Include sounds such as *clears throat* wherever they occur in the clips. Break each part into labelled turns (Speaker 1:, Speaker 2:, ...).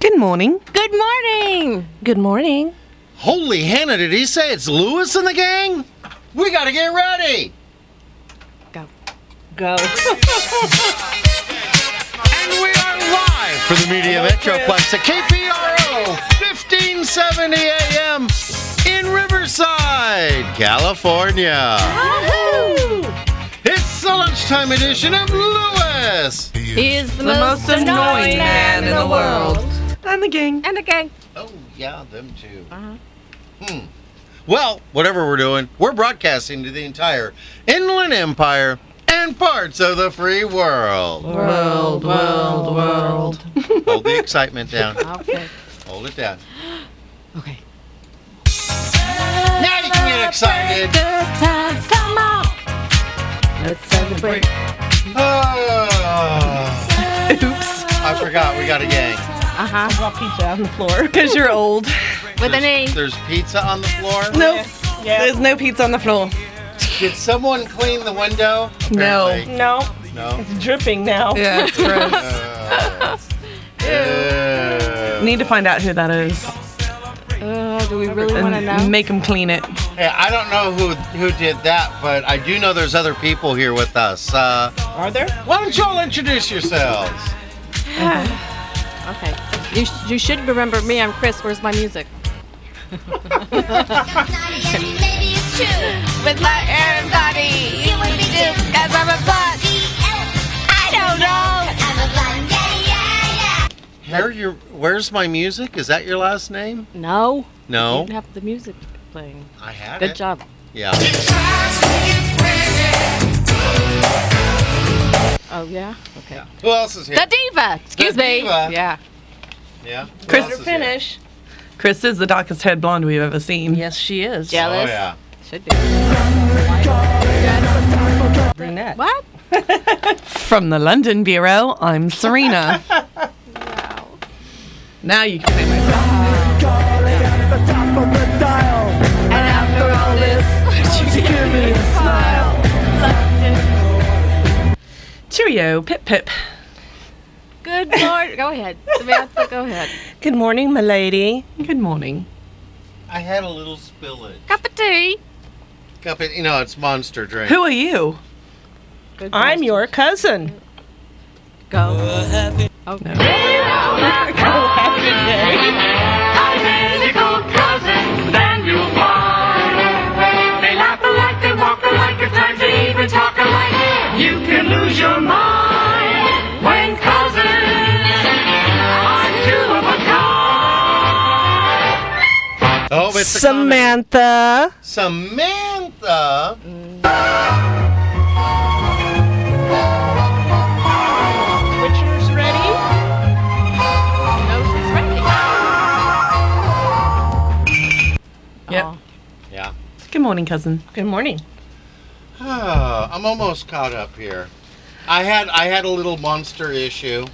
Speaker 1: Good morning.
Speaker 2: Good morning.
Speaker 3: Good morning.
Speaker 4: Holy Hannah, did he say it's Lewis and the gang? We gotta get ready!
Speaker 2: Go. Go. *laughs*
Speaker 4: And we are live for the Media Metroplex at KPRO 1570 AM in Riverside, California.
Speaker 2: Wahoo!
Speaker 4: It's the lunchtime edition of Lewis!
Speaker 2: He is the,
Speaker 1: The
Speaker 2: most,
Speaker 1: most
Speaker 2: annoying,
Speaker 1: annoying
Speaker 2: man in the world.
Speaker 1: And the gang.
Speaker 2: And again,
Speaker 4: Oh, yeah, them too. Hmm.
Speaker 2: Mm-hmm.
Speaker 4: Well, whatever we're doing, we're broadcasting to the entire Inland Empire and parts of the free
Speaker 2: *laughs*
Speaker 4: world.
Speaker 1: World, world, world.
Speaker 4: Hold the excitement down.
Speaker 2: Okay.
Speaker 4: Hold it down.
Speaker 2: Okay.
Speaker 4: Now you can get excited.
Speaker 2: Let's celebrate.
Speaker 4: Oh,
Speaker 1: Oops.
Speaker 4: I forgot we got a gang.
Speaker 2: Uh huh.
Speaker 3: on the floor.
Speaker 1: Because you're
Speaker 2: *laughs*
Speaker 1: old.
Speaker 2: With an A.
Speaker 4: There's pizza on the floor.
Speaker 1: Nope. There's no pizza on the floor.
Speaker 4: Did someone clean the window?
Speaker 1: No.
Speaker 4: Apparently.
Speaker 3: No,
Speaker 1: *laughs*
Speaker 4: No.
Speaker 3: it's dripping now.
Speaker 1: Yeah, it's gross.
Speaker 4: Uh, ew.
Speaker 1: Need to find out who that is
Speaker 2: Uh, do we really want to know?
Speaker 1: and make them clean it.
Speaker 4: Hey, I don't know who who did that, but I do know there's other people here with us. Uh,
Speaker 3: Are there?
Speaker 4: why don't y'all introduce yourselves?
Speaker 2: Okay. You, sh- you should remember me. I'm Chris. Where's my music?
Speaker 5: Maybe it's true.
Speaker 2: With my everybody.
Speaker 5: You would be too.
Speaker 2: Cause I'm a butt.
Speaker 5: I don't know. i I'm a blonde. Yeah, yeah, yeah.
Speaker 4: Where your Where's my music? Is that your last name?
Speaker 2: No. You
Speaker 4: No, Eh?
Speaker 2: didn't have the music playing.
Speaker 4: I had
Speaker 2: Good
Speaker 4: it.
Speaker 2: job.
Speaker 4: Yeah.
Speaker 2: Oh, yeah? Okay.
Speaker 4: Who else is here?
Speaker 2: The Diva. Excuse
Speaker 4: The
Speaker 2: me.
Speaker 4: Diva.
Speaker 2: Yeah.
Speaker 4: yeah. Who
Speaker 1: Chris-
Speaker 4: else
Speaker 3: Better
Speaker 4: is here?
Speaker 3: finish.
Speaker 1: Chris is the darkest haired blonde we've ever seen.
Speaker 3: Yes, she is.
Speaker 4: Oh
Speaker 2: Jealous.
Speaker 4: yeah.
Speaker 2: Should be.
Speaker 3: Brunette.
Speaker 2: What?
Speaker 1: From the London Bureau, I'm
Speaker 3: *laughs*
Speaker 1: Serena. Now you can say my Cheerio, pip pip.
Speaker 2: *laughs* Good lord. Go ahead. Samantha, go ahead.
Speaker 3: Good morning, my lady.
Speaker 1: Good morning.
Speaker 4: I had a little spillage.
Speaker 2: Cup of tea.
Speaker 4: Cup it, you know, it's monster drink.
Speaker 1: Who are you?
Speaker 2: Good
Speaker 3: I'm your cousin.
Speaker 2: Go. Okay.
Speaker 6: They laugh alike, they walk alike, at times they even talk alike. You can lose your mind when cousins are two of a kind.
Speaker 4: Oh, it's a comic.
Speaker 3: Samantha.
Speaker 4: Samantha.
Speaker 3: Witcher's ready.
Speaker 2: No, she's ready.
Speaker 1: Yep.
Speaker 2: Oh.
Speaker 4: Yeah.
Speaker 1: Good morning, cousin.
Speaker 3: Good morning.
Speaker 4: Ah, I'm almost caught up here. I had I had a little monster issue.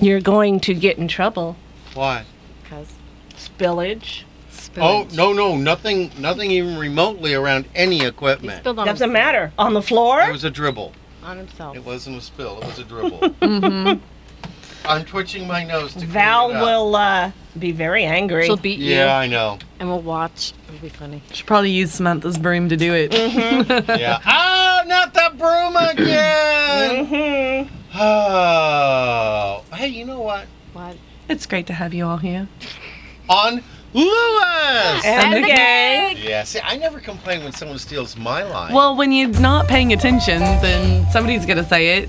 Speaker 3: You're going to get in trouble.
Speaker 4: Why?
Speaker 2: Cuz.
Speaker 3: Spillage.
Speaker 4: Oh no no nothing nothing even remotely around any
Speaker 2: He
Speaker 4: equipment.
Speaker 2: spilled on
Speaker 3: Doesn't
Speaker 2: himself.
Speaker 3: matter. On the
Speaker 4: It
Speaker 3: floor?
Speaker 4: was a dribble.
Speaker 2: On himself.
Speaker 4: It wasn't a spill. It was a
Speaker 3: *laughs*
Speaker 4: dribble. mm-hmm. I'm twitching my nose to. clean
Speaker 3: Val
Speaker 4: it up.
Speaker 3: will uh, be very angry.
Speaker 2: She'll beat
Speaker 4: Yeah, I know.
Speaker 2: you and we'll watch. It'll be funny.
Speaker 1: Should probably use Samantha's broom to do it.
Speaker 3: Mm-hmm.
Speaker 1: *laughs*
Speaker 3: *laughs*
Speaker 4: Yeah. oh, not the broom again.
Speaker 3: hmm
Speaker 4: oh. Hey, you know what?
Speaker 2: What?
Speaker 1: It's great to have you all here.
Speaker 4: On Lewis.
Speaker 3: And
Speaker 1: the
Speaker 3: again.
Speaker 4: Yeah. See, I never complain when someone steals my line.
Speaker 1: Well, when you're not paying attention, then somebody's gonna say it.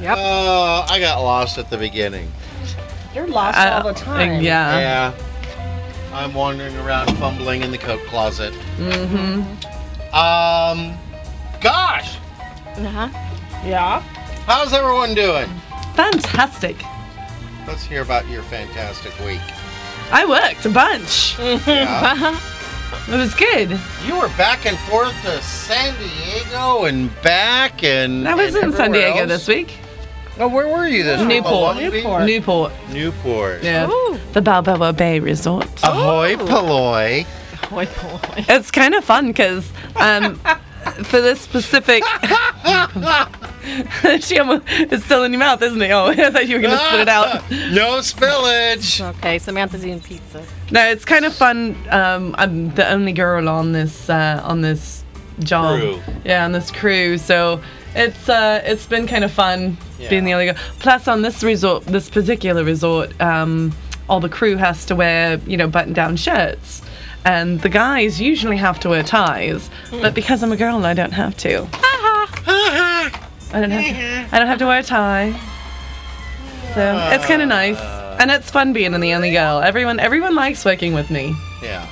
Speaker 4: Oh, I got lost at the beginning.
Speaker 3: You're lost
Speaker 1: I-
Speaker 3: all the time.
Speaker 1: Uh, Yeah.
Speaker 4: Yeah. I'm wandering around fumbling in the coat closet. Mm-hmm. Um, gosh,
Speaker 2: Uh huh.
Speaker 3: Yeah.
Speaker 4: how's everyone doing?
Speaker 1: Fantastic.
Speaker 4: Let's hear about your fantastic week.
Speaker 1: I worked a bunch.
Speaker 4: Yeah.
Speaker 1: *laughs* It was good.
Speaker 4: you were back and forth to San Diego and back and.
Speaker 1: I was
Speaker 4: and
Speaker 1: in San
Speaker 4: everywhere
Speaker 1: Diego
Speaker 4: else.
Speaker 1: this week.
Speaker 4: Oh, where were you this week?
Speaker 1: Newport.
Speaker 4: Long Beach?
Speaker 3: Newport.
Speaker 1: Newport.
Speaker 4: Newport.
Speaker 1: Yeah.
Speaker 4: *laughs*
Speaker 2: Ooh.
Speaker 1: The Balboa Bay Resort.
Speaker 4: Ahoy,
Speaker 1: Oh.
Speaker 4: Palloy.
Speaker 2: Boy, boy.
Speaker 4: *laughs*
Speaker 1: *laughs* It's kind of fun because um, for this specific *laughs* she almost, it's still in your mouth, isn't it? Oh, *laughs* I thought you were going to spit it
Speaker 4: *laughs*
Speaker 1: out.
Speaker 4: no spillage.
Speaker 2: Okay, Samantha's eating pizza.
Speaker 1: No, it's kind of fun. Um, I'm the only girl on this uh, on this job.
Speaker 4: Crew.
Speaker 1: Yeah, on this crew. So it's uh, it's been kind of fun being the
Speaker 4: Yeah.
Speaker 1: only girl. Plus, on this resort, this particular resort, um, all the crew has to wear you know button-down shirts, and the guys usually have to wear ties. But because I'm a girl, I don't have to. I don't have to, I don't have to wear a tie. So it's kind of nice, and it's fun being the only girl. Everyone everyone likes working with me.
Speaker 4: yeah.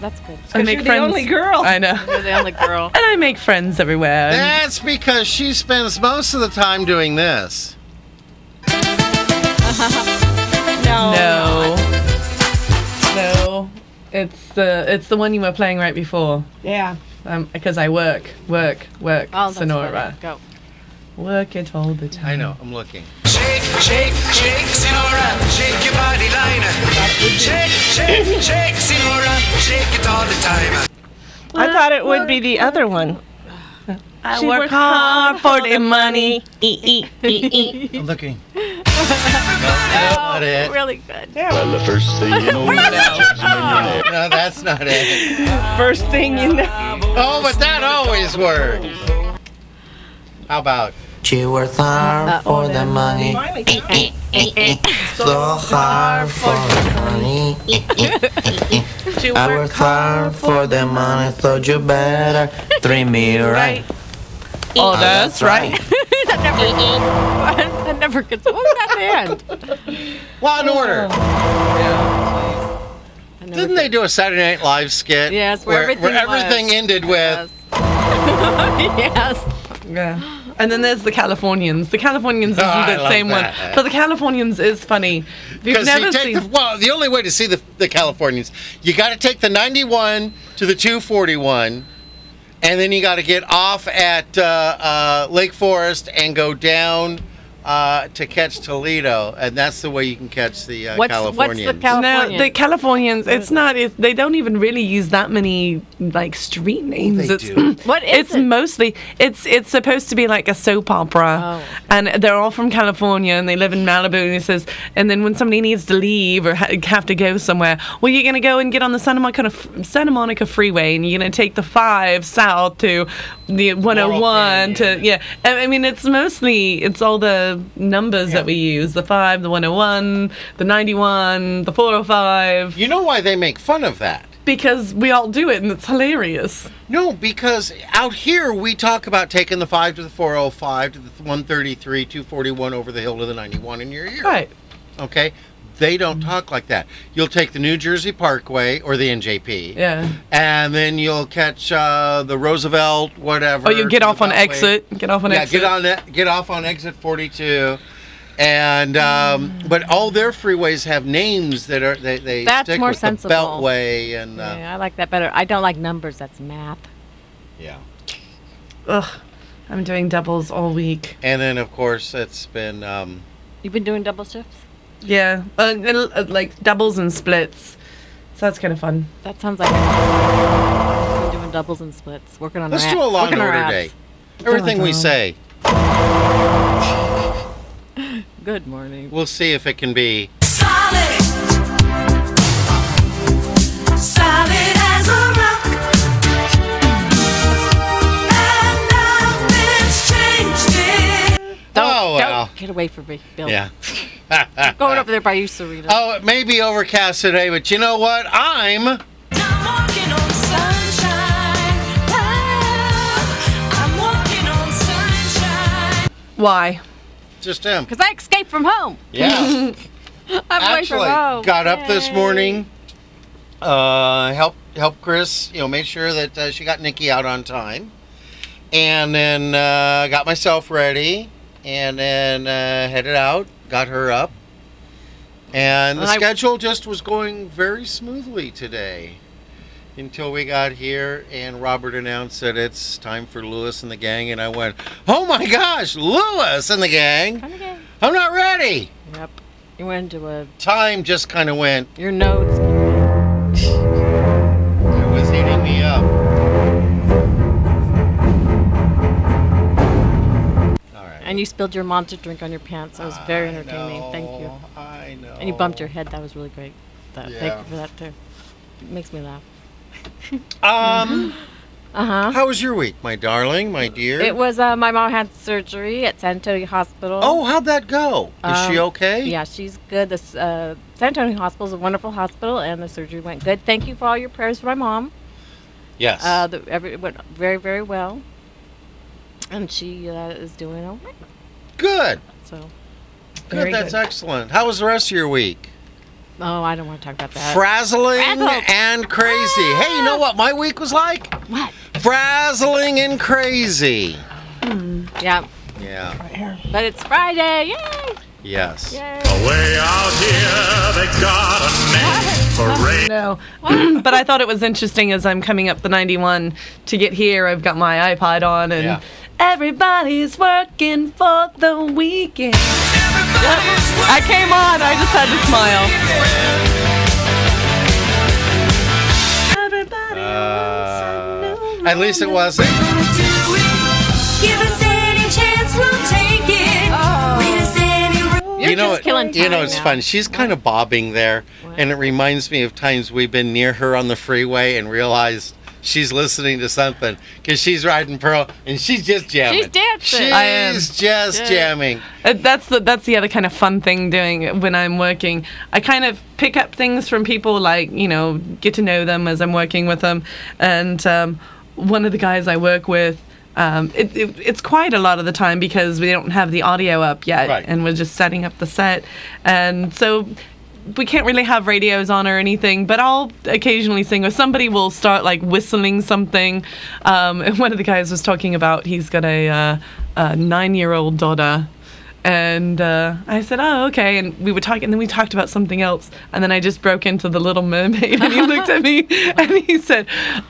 Speaker 2: That's good.
Speaker 1: I
Speaker 3: 'Cause
Speaker 1: make
Speaker 3: you're
Speaker 1: friends.
Speaker 3: the only girl.
Speaker 1: I know.
Speaker 2: You're the only *laughs* girl.
Speaker 1: *laughs* And I make friends everywhere. And
Speaker 4: That's because she spends most of the time doing this.
Speaker 3: no.
Speaker 1: no. No. It's the it's the one you were playing right before.
Speaker 3: Yeah.
Speaker 1: Um, because I work, work, work,
Speaker 2: Oh, that's
Speaker 1: Sonora.
Speaker 2: funny. Go.
Speaker 1: Work it all the time.
Speaker 4: I know. I'm looking.
Speaker 7: Shake, shake, shake, Sinora, shake your body liner. Shake, shake, shake, Sinora, shake it all the time.
Speaker 3: I thought it would be the other one.
Speaker 1: I work, hard for the money.
Speaker 3: E,
Speaker 4: I'm looking. *laughs* no, that's not it.
Speaker 2: Really good.
Speaker 8: Well, the first thing you
Speaker 1: *laughs*
Speaker 8: know, job's in your neck.
Speaker 4: No, that's not it.
Speaker 3: First thing you know.
Speaker 4: Oh, but that always works. How about?
Speaker 9: She works hard for
Speaker 2: *laughs*
Speaker 9: the money, so hard for the money.
Speaker 1: She
Speaker 9: I
Speaker 1: work
Speaker 9: work hard for the money, so you better treat me right.
Speaker 1: Oh, that's right.
Speaker 2: *laughs* that never gets. What was that
Speaker 4: *laughs*
Speaker 2: band?
Speaker 4: Law and Order.
Speaker 2: Oh. I never
Speaker 4: Didn't they do a Saturday Night Live skit?
Speaker 2: Yes, where everything was.
Speaker 4: everything ended with.
Speaker 2: *laughs* yes.
Speaker 1: Yeah. And then there's the Californians. The Californians
Speaker 4: Oh,
Speaker 1: isn't
Speaker 4: I
Speaker 1: the
Speaker 4: love
Speaker 1: same
Speaker 4: that.
Speaker 1: one, but the Californians is funny. If you've
Speaker 4: Because
Speaker 1: never
Speaker 4: you take
Speaker 1: seen.
Speaker 4: the, well, the only way to see the, the Californians, you got to take the 91 to the 241, and then you got to get off at uh, uh, Lake Forest and go down uh, to catch Toledo, and that's the way you can catch the uh,
Speaker 2: What's- what's the
Speaker 4: Californians.
Speaker 2: Cal-
Speaker 1: No, the Californians. It's not. It's, they don't even really use that many like street names.
Speaker 4: they
Speaker 1: it's *clears throat*
Speaker 4: do.
Speaker 2: What is
Speaker 1: it's
Speaker 2: it?
Speaker 1: mostly it's it's supposed to be like a soap opera,
Speaker 2: Oh.
Speaker 1: and they're all from California and they live in Malibu. And it says, and then when somebody needs to leave or ha- have to go somewhere, well, you're gonna go and get on the Santa Monica Santa Monica freeway, and you're gonna take the five south to the 101 to yeah. I I mean, it's mostly it's all the numbers that we use: the five, the 101, the 91, the 405,
Speaker 4: you know why they make fun of that?
Speaker 1: because we all do it and it's hilarious.
Speaker 4: No, because out here we talk about taking the 5 to the 405 to the 133, 241 over the hill to the 91 in your ear.
Speaker 1: Right.
Speaker 4: Okay? They don't talk like that. You'll take the New Jersey Parkway or the NJP.
Speaker 1: Yeah.
Speaker 4: And then you'll catch uh, the Roosevelt, whatever.
Speaker 1: Or Oh, you get
Speaker 4: to the
Speaker 1: off on
Speaker 4: Beltway.
Speaker 1: exit. Get off on
Speaker 4: Yeah,
Speaker 1: exit.
Speaker 4: get on that. Get off on exit 42. And um,
Speaker 1: Mm.
Speaker 4: but all their freeways have names that are they they
Speaker 2: That's
Speaker 4: stick
Speaker 2: more
Speaker 4: with
Speaker 2: sensible.
Speaker 4: the Beltway and uh,
Speaker 2: Yeah, I like that better. I don't like numbers. That's math.
Speaker 4: yeah.
Speaker 1: Ugh, I'm doing doubles all week.
Speaker 4: And then, of course, it's been um,
Speaker 2: You've been doing double shifts.
Speaker 1: Yeah, uh, and, uh, like doubles and splits. So that's kind of fun.
Speaker 2: That sounds like. *laughs* I've been doing doubles and splits. Working on.
Speaker 4: let's
Speaker 2: our
Speaker 4: do a
Speaker 2: app-
Speaker 4: law and
Speaker 2: working our
Speaker 4: order
Speaker 2: apps.
Speaker 4: day. Everything we
Speaker 1: Dun-dun.
Speaker 4: say,
Speaker 2: Good morning.
Speaker 4: we'll see if it can be.
Speaker 5: Solid. Solid as a rock. And nothing's changed it.
Speaker 2: Don't,
Speaker 4: oh well,
Speaker 2: don't get away from me, Bill.
Speaker 4: yeah. *laughs*
Speaker 2: Going over there by you, Serena.
Speaker 4: Oh, it may be overcast today, but you know what? I'm
Speaker 5: I'm walking on sunshine. Oh, I'm walking on sunshine.
Speaker 1: Why?
Speaker 4: just him.
Speaker 2: Because I escaped from home. *laughs*
Speaker 4: Yeah.
Speaker 2: I'm away from
Speaker 4: actually
Speaker 2: home.
Speaker 4: got up this
Speaker 2: oh, Yay.
Speaker 4: morning uh help help chris you know made sure that uh, she got nikki out on time and then uh, got myself ready and then uh, headed out got her up and the
Speaker 2: And I-
Speaker 4: schedule just was going very smoothly today until we got here and robert announced that it's time for lewis and the gang and i went oh my gosh lewis and the gang
Speaker 2: Come again.
Speaker 4: i'm not ready
Speaker 2: Yep. You went into a.
Speaker 4: time just kind of went
Speaker 2: Your notes.
Speaker 4: It was eating me up.
Speaker 2: you spilled your monster drink on your pants. That was very entertaining. Thank you.
Speaker 4: I know.
Speaker 2: And you bumped your head. That was really great. That, Thank
Speaker 4: Yeah.
Speaker 2: you for that too. It makes me laugh.
Speaker 4: Um,
Speaker 2: Uh huh.
Speaker 4: how was your week, my darling, my dear?
Speaker 2: It was uh, my mom had surgery at San Antonio Hospital.
Speaker 4: Oh, how'd that go? Is she
Speaker 2: Um,
Speaker 4: okay?
Speaker 2: Yeah, she's good. The s- uh, San Antonio Hospital is a wonderful hospital, and the surgery went good. Thank you for all your prayers for my mom.
Speaker 4: Yes.
Speaker 2: Uh, the, every, it went very, very well, and she uh, is doing all right.
Speaker 4: good.
Speaker 2: So,
Speaker 4: Good. That's excellent. How was the rest of your week?
Speaker 2: oh, I don't want to talk about that.
Speaker 4: Frazzling
Speaker 2: Frazzled. Ah!
Speaker 4: and crazy. Hey, you know what my week was like?
Speaker 2: What?
Speaker 4: Frazzling and crazy.
Speaker 2: yeah,
Speaker 4: Yeah.
Speaker 2: but it's Friday. Yay!
Speaker 4: Yes.
Speaker 2: Yay!
Speaker 6: Way out here, they got a name for rain.
Speaker 1: No, *clears throat* but I thought it was interesting as I'm coming up the 91 to get here. I've got my iPod on and
Speaker 4: Yeah.
Speaker 1: everybody's working for the weekend. I came on, I just had to smile. Everybody
Speaker 4: Uh,
Speaker 1: wants a new
Speaker 4: at least it
Speaker 1: woman.
Speaker 4: wasn't.
Speaker 5: Give us any chance, we'll take it.
Speaker 2: Oh.
Speaker 5: Lead us any road.
Speaker 2: You're
Speaker 4: you know,
Speaker 2: just
Speaker 4: it-
Speaker 2: killing
Speaker 4: you know,
Speaker 2: time
Speaker 4: it's
Speaker 2: now.
Speaker 4: fun. She's kind of bobbing there, and it reminds me of times we've been near her on the freeway and realized she's listening to something because she's riding Pearl and she's just jamming.
Speaker 2: She's dancing.
Speaker 4: She's
Speaker 1: I am.
Speaker 4: just jamming.
Speaker 1: Uh, That's the that's the other kind of fun thing doing when I'm working. I kind of pick up things from people, like you know, get to know them as I'm working with them. And um, one of the guys I work with, um, it, it, it's quiet a lot of the time because we don't have the audio up yet,
Speaker 4: Right.
Speaker 1: and we're just setting up the set, and so. We can't really have radios on or anything, but I'll occasionally sing, or somebody will start like whistling something. Um, *laughs* and one of the guys was talking about he's got a, uh, a nine-year-old daughter, and uh, I said, "Oh, okay." And we were talking, and then we talked about something else, and then I just broke into the Little Mermaid, and he looked at me *laughs* and he said,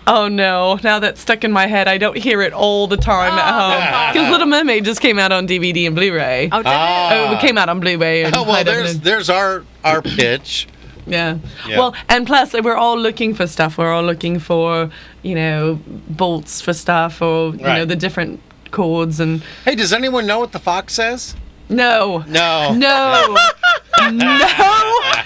Speaker 1: "Oh no, now that's stuck in my head. I don't hear it all the time
Speaker 4: Oh.
Speaker 1: at home because Little Mermaid just came out on DVD and Blu-ray.
Speaker 2: Oh, did it?
Speaker 1: Oh, it came out on Blu-ray. And
Speaker 4: Ah. Oh
Speaker 1: I
Speaker 4: well,
Speaker 1: don't
Speaker 4: there's
Speaker 1: know.
Speaker 4: there's our our pitch.
Speaker 1: Yeah.
Speaker 4: Yeah.
Speaker 1: Well, and plus we're all looking for stuff. We're all looking for, you know, bolts for stuff or, you know,
Speaker 4: Right.
Speaker 1: the different chords and
Speaker 4: Hey, does anyone know what the fox says?
Speaker 1: no.
Speaker 4: *laughs*
Speaker 2: *laughs*
Speaker 4: No.
Speaker 1: No. no.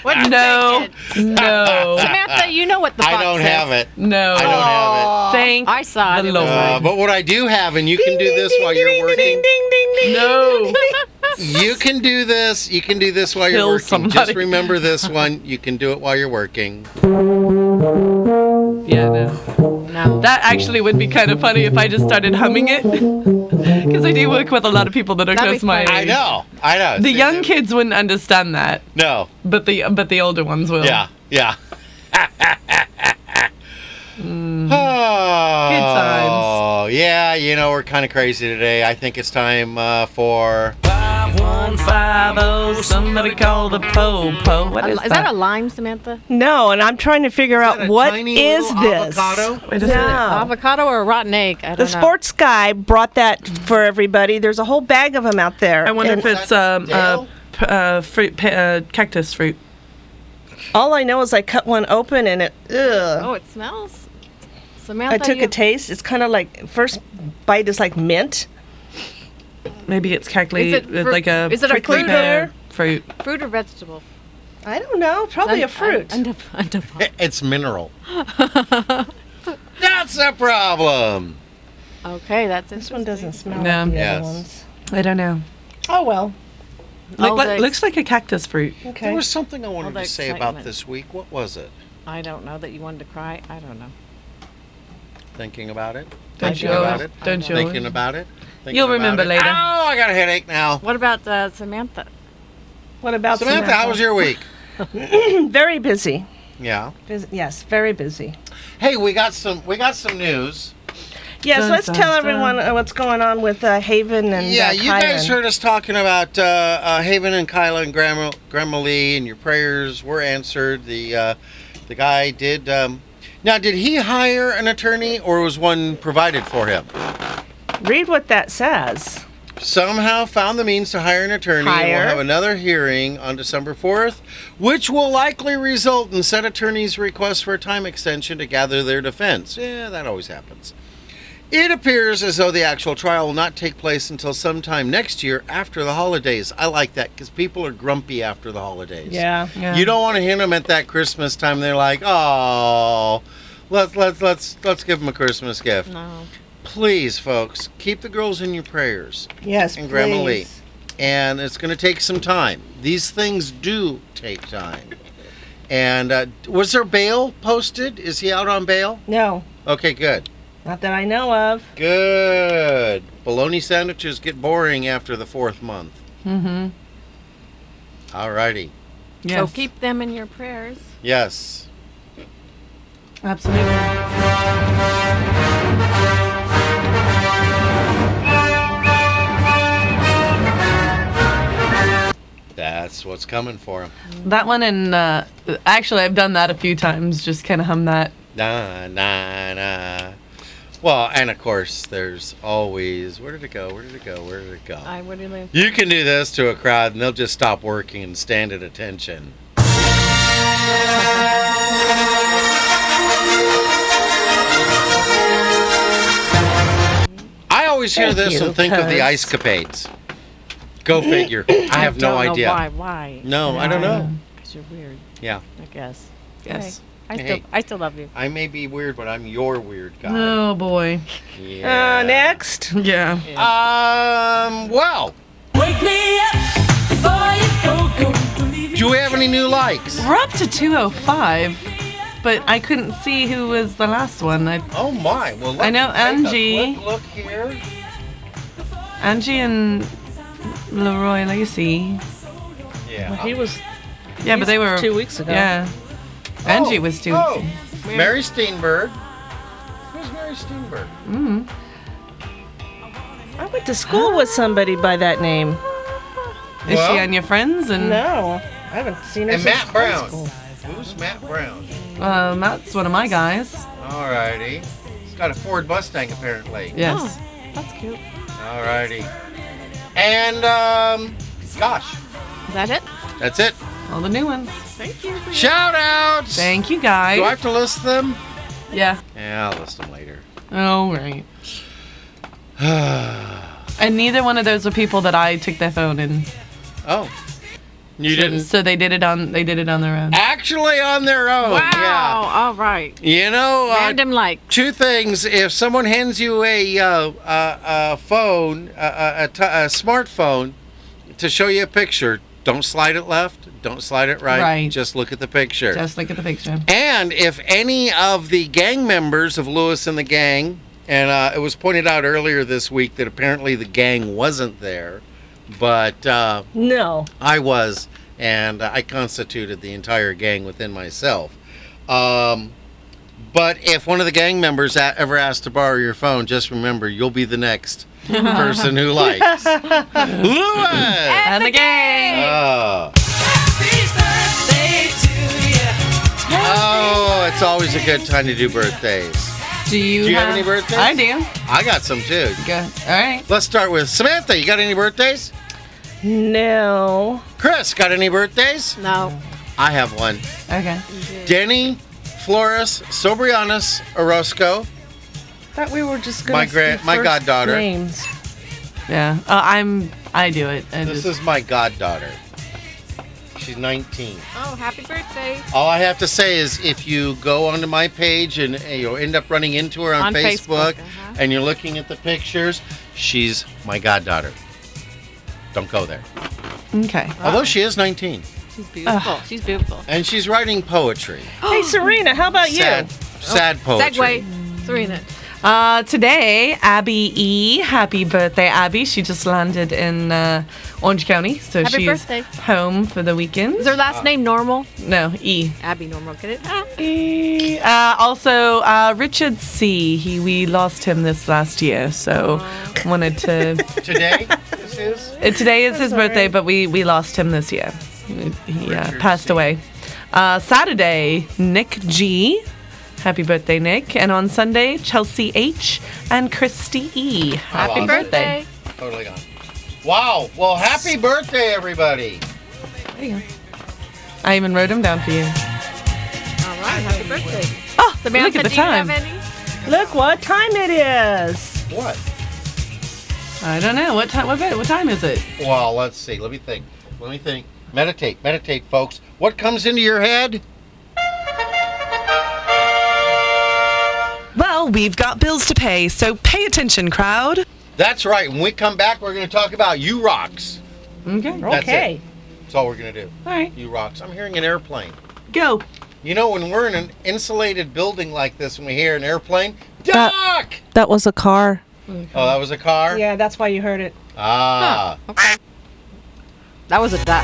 Speaker 1: no. No.
Speaker 2: Samantha, you know what the
Speaker 4: I
Speaker 2: fox
Speaker 4: don't
Speaker 2: says.
Speaker 4: have it.
Speaker 1: No.
Speaker 4: I don't
Speaker 1: Thank
Speaker 2: I saw it.
Speaker 1: the
Speaker 2: It was
Speaker 1: Lord.
Speaker 4: have it. Uh, but what I do have, and you can do this while you're working.
Speaker 2: *laughs*
Speaker 1: no.
Speaker 4: You can do this. You can do this while you're
Speaker 1: Kill
Speaker 4: working.
Speaker 1: somebody.
Speaker 4: Just remember this one. You can do it while you're working.
Speaker 1: Yeah, no.
Speaker 2: No.
Speaker 1: That actually would be kind of funny if I just started humming it. *laughs* Because I do work with a lot of people that are
Speaker 2: That'd be
Speaker 1: close my age.
Speaker 2: fun.
Speaker 4: I know. I know.
Speaker 1: The
Speaker 4: See,
Speaker 1: young
Speaker 4: they-
Speaker 1: kids wouldn't understand that,
Speaker 4: No.
Speaker 1: but the but the older ones will.
Speaker 4: Yeah. Yeah. *sighs* Oh,
Speaker 1: Mm. Good times.
Speaker 4: yeah, you know, we're kind of crazy today. I think it's time uh, for.
Speaker 1: *gasps* Five oh, somebody call the po po. What
Speaker 2: Is that a lime, Samantha?
Speaker 3: No, and I'm trying to figure out what
Speaker 4: Tiny
Speaker 3: is
Speaker 4: little
Speaker 3: this.
Speaker 4: Avocado?
Speaker 1: Wait a second.
Speaker 3: No.
Speaker 2: Avocado or a rotten egg? I don't
Speaker 3: The
Speaker 2: know.
Speaker 3: sports guy brought that for everybody. There's a whole bag of them out there.
Speaker 1: I wonder if
Speaker 3: And
Speaker 1: it's um, uh,
Speaker 4: Dale?
Speaker 1: p- uh, fruit, pe- uh, cactus fruit.
Speaker 3: all I know is I cut one open and it. Ugh.
Speaker 2: Oh, it smells. Samantha,
Speaker 3: I took
Speaker 2: you
Speaker 3: a taste. It's kind of like first bite is like mint.
Speaker 1: Maybe it's cacti,
Speaker 2: Is it
Speaker 1: uh,
Speaker 2: fruit-
Speaker 1: like a
Speaker 2: is it a
Speaker 1: prickly
Speaker 2: fruit
Speaker 1: pear fruit.
Speaker 2: have fruit or vegetable?
Speaker 3: I don't know. Probably a
Speaker 2: Un- un-
Speaker 3: fruit.
Speaker 2: undef- undefined.
Speaker 1: *laughs*
Speaker 4: It's mineral. That's the problem.
Speaker 2: okay, that's
Speaker 3: This one
Speaker 2: interesting.
Speaker 3: doesn't smell
Speaker 1: No.
Speaker 3: like the
Speaker 4: Yes.
Speaker 3: other ones.
Speaker 1: I don't know.
Speaker 3: Oh well.
Speaker 1: Look,
Speaker 2: All
Speaker 1: like-
Speaker 2: the-
Speaker 1: looks like a cactus fruit.
Speaker 3: Okay.
Speaker 4: There was something I wanted
Speaker 2: the
Speaker 4: to say about
Speaker 2: excitement.
Speaker 4: this week. What was it?
Speaker 2: I don't know that you wanted to cry. I don't know.
Speaker 4: Thinking about it.
Speaker 1: Don't you
Speaker 4: Thinking about
Speaker 1: always?
Speaker 4: it.
Speaker 1: Don't you?
Speaker 4: Thinking
Speaker 1: always-
Speaker 4: about it. Thinking
Speaker 1: You'll
Speaker 4: about
Speaker 1: remember
Speaker 4: it.
Speaker 1: later.
Speaker 4: Oh, I got a headache now.
Speaker 2: What about uh, Samantha?
Speaker 3: What about
Speaker 4: Samantha, how was your week?
Speaker 3: *clears throat* Very busy.
Speaker 4: Yeah.
Speaker 3: Bus- yes, very busy.
Speaker 4: Hey, we got some. We got some news.
Speaker 3: Yes,
Speaker 1: Dun,
Speaker 3: let's
Speaker 1: dun,
Speaker 3: tell
Speaker 1: dun.
Speaker 3: everyone uh, what's going on with uh, Haven and
Speaker 4: yeah,
Speaker 3: uh,
Speaker 4: you guys
Speaker 3: Kylan.
Speaker 4: heard us talking about uh, uh, Haven and Kyla and Grandma, Grandma Lee, and your prayers were answered. The uh, the guy did. Um, now, did he hire an attorney, or was one provided for him?
Speaker 3: Read what that says.
Speaker 4: somehow found the means to hire an attorney and
Speaker 3: Hire.
Speaker 4: will have another hearing on December 4th, which will likely result in said attorney's request for a time extension to gather their defense. Yeah, that always happens. It appears as though the actual trial will not take place until sometime next year after the holidays. I like that because people are grumpy after the holidays.
Speaker 3: Yeah.
Speaker 1: Yeah.
Speaker 4: You don't want to hit them at that Christmas time. They're like, "Oh, let's let's let's let's give them a Christmas gift."
Speaker 2: No.
Speaker 4: Please, folks, keep the girls in your prayers.
Speaker 3: Yes.
Speaker 4: And Grandma Lee.
Speaker 3: please.
Speaker 4: And it's going to take some time. These things do take time. And uh, was there bail posted? Is he out on bail?
Speaker 3: No,
Speaker 4: Okay, good.
Speaker 3: not that I know of.
Speaker 4: Good. Bologna sandwiches get boring after the fourth month.
Speaker 1: Mm-hmm.
Speaker 4: Alrighty.
Speaker 1: Yes.
Speaker 2: So keep them in your prayers.
Speaker 4: Yes.
Speaker 1: Absolutely.
Speaker 4: That's what's coming for him.
Speaker 1: That one and uh, actually, I've done that a few times. Just kind of hum that.
Speaker 4: Na na na. Well, and of course, there's always where did it go? Where did it go? Where did it go?
Speaker 2: I would really.
Speaker 4: You can do this to a crowd and they'll just stop working and stand at attention. I always hear
Speaker 1: Thank
Speaker 4: this
Speaker 1: you,
Speaker 4: and think of the ice
Speaker 1: cuz-
Speaker 4: capades. Go figure. I have no
Speaker 2: don't know
Speaker 4: idea.
Speaker 2: why. Why?
Speaker 4: No, I don't know.
Speaker 2: Because you're weird.
Speaker 4: Yeah.
Speaker 2: I guess.
Speaker 1: Yes.
Speaker 2: I still,
Speaker 4: Hey.
Speaker 2: I still love you.
Speaker 4: I may be weird, but I'm your weird guy.
Speaker 1: Oh boy.
Speaker 4: Yeah.
Speaker 3: Uh, next.
Speaker 1: Yeah.
Speaker 4: Um, well,
Speaker 5: Wake me up before you go, go. Believe
Speaker 4: do we have any new likes?
Speaker 1: We're up to 205, but I couldn't see who was the last one. I,
Speaker 4: Oh my. Well, let
Speaker 1: I know
Speaker 4: me take a
Speaker 1: Angie.
Speaker 4: quick Look here.
Speaker 1: Angie and Leroy Lacey.
Speaker 4: Yeah.
Speaker 10: He was
Speaker 1: Yeah, but they were.
Speaker 10: two weeks ago.
Speaker 1: Yeah. Angie was two.
Speaker 4: Oh, Mary Steenberg. Who's Mary Steenberg?
Speaker 1: Mm.
Speaker 3: I went to school with somebody by that name.
Speaker 1: Is
Speaker 4: Well-
Speaker 1: she on your friends? And
Speaker 3: No, I haven't seen her
Speaker 4: And
Speaker 3: since
Speaker 4: Matt
Speaker 3: high
Speaker 4: Brown.
Speaker 3: school.
Speaker 4: Who's Matt Brown?
Speaker 1: uh, Matt's one of my guys.
Speaker 4: Alrighty. He's got a Ford Mustang apparently.
Speaker 1: Yes.
Speaker 2: That's cute.
Speaker 4: Alrighty. And um gosh.
Speaker 2: Is that it?
Speaker 4: That's it.
Speaker 10: Oh.
Speaker 1: All the new ones.
Speaker 4: Shout outs!
Speaker 1: Thank you, guys.
Speaker 4: Do I have to list them?
Speaker 1: yeah.
Speaker 4: Yeah, I'll list them later.
Speaker 1: All right. *sighs* and neither one of those were people that I took their phone and
Speaker 4: Oh. You didn't
Speaker 1: so they did it on they did it on their own.
Speaker 4: actually on their own.
Speaker 2: Wow.
Speaker 4: Oh, Yeah.
Speaker 2: All right.
Speaker 4: You know, uh,
Speaker 2: Random like.
Speaker 4: two things. If someone hands you a, uh, uh, a phone, uh, a, t- a smartphone, to show you a picture, don't slide it left, don't slide it right.
Speaker 1: Right.
Speaker 4: Just look at the picture.
Speaker 1: Just look at the picture.
Speaker 4: and if any of the gang members of Lewis and the Gang, and uh, it was pointed out earlier this week that apparently the gang wasn't there, but uh,
Speaker 3: No.
Speaker 4: I was, and I constituted the entire gang within myself. Um, but if one of the gang members a- ever asks to borrow your phone, just remember you'll be the next person who likes. Lewis!
Speaker 1: And the game.
Speaker 4: Oh. oh, it's always a good time to do birthdays.
Speaker 1: Do you,
Speaker 4: Do you have any birthdays?
Speaker 1: I do.
Speaker 4: I got some too.
Speaker 1: Good. All right.
Speaker 4: Let's start with Samantha. You got any birthdays?
Speaker 3: No.
Speaker 4: Chris, got any birthdays?
Speaker 2: No.
Speaker 4: I have one.
Speaker 1: Okay.
Speaker 4: Denny Flores Sobrianos Orozco.
Speaker 3: Thought we were just gonna
Speaker 4: My grand-
Speaker 3: do
Speaker 4: my
Speaker 3: first
Speaker 10: *gasps*
Speaker 4: goddaughter.
Speaker 3: names.
Speaker 1: Yeah. Uh, I'm. I do it. I
Speaker 4: This
Speaker 1: just,
Speaker 4: is my goddaughter. She's 19.
Speaker 2: Oh, happy birthday.
Speaker 4: All I have to say is if you go onto my page and, and you'll end up running into her on,
Speaker 2: On
Speaker 4: Facebook,
Speaker 2: Facebook, uh-huh.
Speaker 4: and you're looking at the pictures, she's my goddaughter. Don't go there.
Speaker 1: okay.
Speaker 4: Although she is 19
Speaker 2: She's beautiful. She's beautiful.
Speaker 4: and she's writing poetry.
Speaker 3: hey Serena, how about you?
Speaker 4: Sad, sad
Speaker 2: Oh,
Speaker 4: poetry.
Speaker 2: Segway. Serena.
Speaker 1: Uh, today, Abby E. Happy birthday, Abby. She just landed in uh, Orange County, so
Speaker 2: Happy
Speaker 1: she's
Speaker 2: birthday.
Speaker 1: home for the
Speaker 2: Is
Speaker 1: weekend.
Speaker 2: her last name normal?
Speaker 1: No, E.
Speaker 2: Abby Normal. Get it? Ah.
Speaker 1: E. Uh, also, uh, Richard C. He we lost him this last year, so wanted to.
Speaker 4: Today, this is.
Speaker 1: Uh, Today is his birthday, but we, we lost him this year. He uh,
Speaker 4: Richard
Speaker 1: passed
Speaker 4: C.
Speaker 1: away. Uh, Saturday, Nick G. Happy birthday, Nick. And on Sunday, Chelsea H. and Christy E. Happy
Speaker 4: wow.
Speaker 1: birthday.
Speaker 4: Totally gone. Wow. Well, happy birthday, everybody.
Speaker 1: I even wrote him down for you.
Speaker 2: All right. Happy birthday.
Speaker 1: Oh,
Speaker 2: Samantha,
Speaker 1: look at the
Speaker 2: do
Speaker 1: time.
Speaker 2: you have any?
Speaker 3: Look what time it is.
Speaker 4: What?
Speaker 1: I don't know. What time? What, bit- what time is it?
Speaker 4: Well, let's see. Let me think. Let me think. Meditate, meditate, folks. What comes into your head?
Speaker 1: Well, we've got bills to pay, so pay attention, crowd.
Speaker 4: That's right. When we come back, we're going to talk about you rocks.
Speaker 1: Okay. All
Speaker 4: That's it.
Speaker 3: Okay.
Speaker 4: That's all we're going to do.
Speaker 1: right.
Speaker 4: You rocks. I'm hearing an airplane.
Speaker 1: Go.
Speaker 4: You know, when we're in an insulated building like this and we hear an airplane, duck!
Speaker 10: That was a car.
Speaker 4: Oh, that was a car?
Speaker 3: Yeah, that's why you heard it.
Speaker 4: Ah.
Speaker 2: Okay. That was a duck.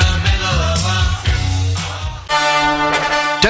Speaker 4: E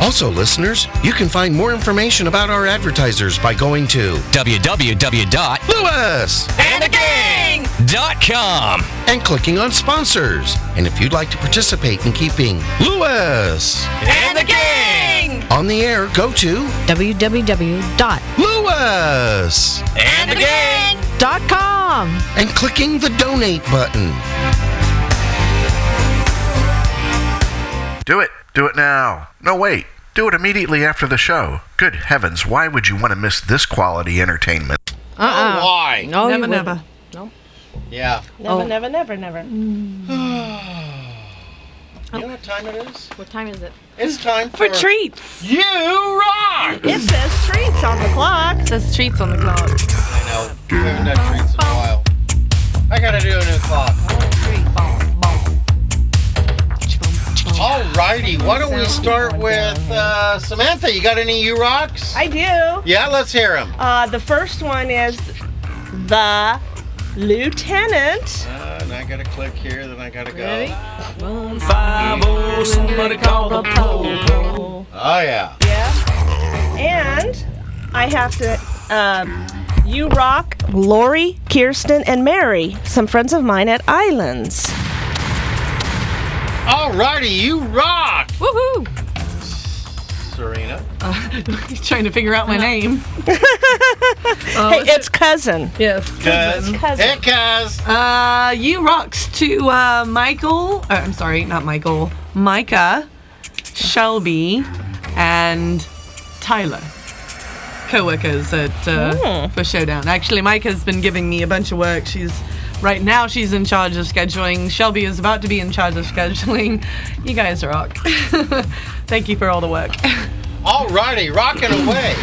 Speaker 4: Also, listeners, you can find more information about our advertisers by going to
Speaker 11: www.lewis.com.
Speaker 4: Lewis and clicking on sponsors. And if you'd like to participate in keeping Lewis
Speaker 1: And the Gang!
Speaker 4: on the air, go to
Speaker 12: www.com.
Speaker 4: Lewis
Speaker 11: And the gang!
Speaker 4: and clicking the donate button.
Speaker 8: Do it. Do it now. No, wait. Do it immediately after the show. Good heavens, why would you want to miss this quality entertainment?
Speaker 2: Uh-uh.
Speaker 4: Oh, Why?
Speaker 2: No, you
Speaker 1: Never,
Speaker 2: wouldn't.
Speaker 1: never. *laughs*
Speaker 4: Yeah.
Speaker 3: Never,
Speaker 2: Oh.
Speaker 3: never, never, never.
Speaker 4: You know what time it is?
Speaker 2: What time is it?
Speaker 4: It's time
Speaker 1: For treats.
Speaker 4: You Rock!
Speaker 3: It says treats on the clock.
Speaker 2: It says treats on the clock.
Speaker 4: I know. We haven't done treats in a while. I gotta do a new clock. Alrighty, why don't we start with uh, Samantha? You got any U Rocks?
Speaker 3: I do.
Speaker 4: Yeah, let's hear them.
Speaker 3: Uh, the first one is the lieutenant.
Speaker 4: Uh, and I gotta click here, then I gotta go. Oh, yeah.
Speaker 3: Yeah. And I have to. Um, you rock Lori, Kirsten, and Mary, some friends of mine at Islands.
Speaker 4: Alrighty, you Rock!
Speaker 2: Woohoo!
Speaker 4: Serena.
Speaker 1: trying to figure out my name.
Speaker 3: hey, it's cousin.
Speaker 1: Yes.
Speaker 4: Cuz.
Speaker 3: Cousin.
Speaker 4: Hey, Cuz.
Speaker 1: Uh, you rocks to uh, Michael. Uh, I'm sorry, not Michael. Micah, Shelby, and Tyler. Co-workers at uh, for Showdown. Actually, Micah's been giving me a bunch of work. She's right now she's in charge of scheduling. Shelby is about to be in charge of scheduling. *laughs* You guys rock. *laughs* Thank you for all the work. *laughs*
Speaker 4: Alrighty, rocking away.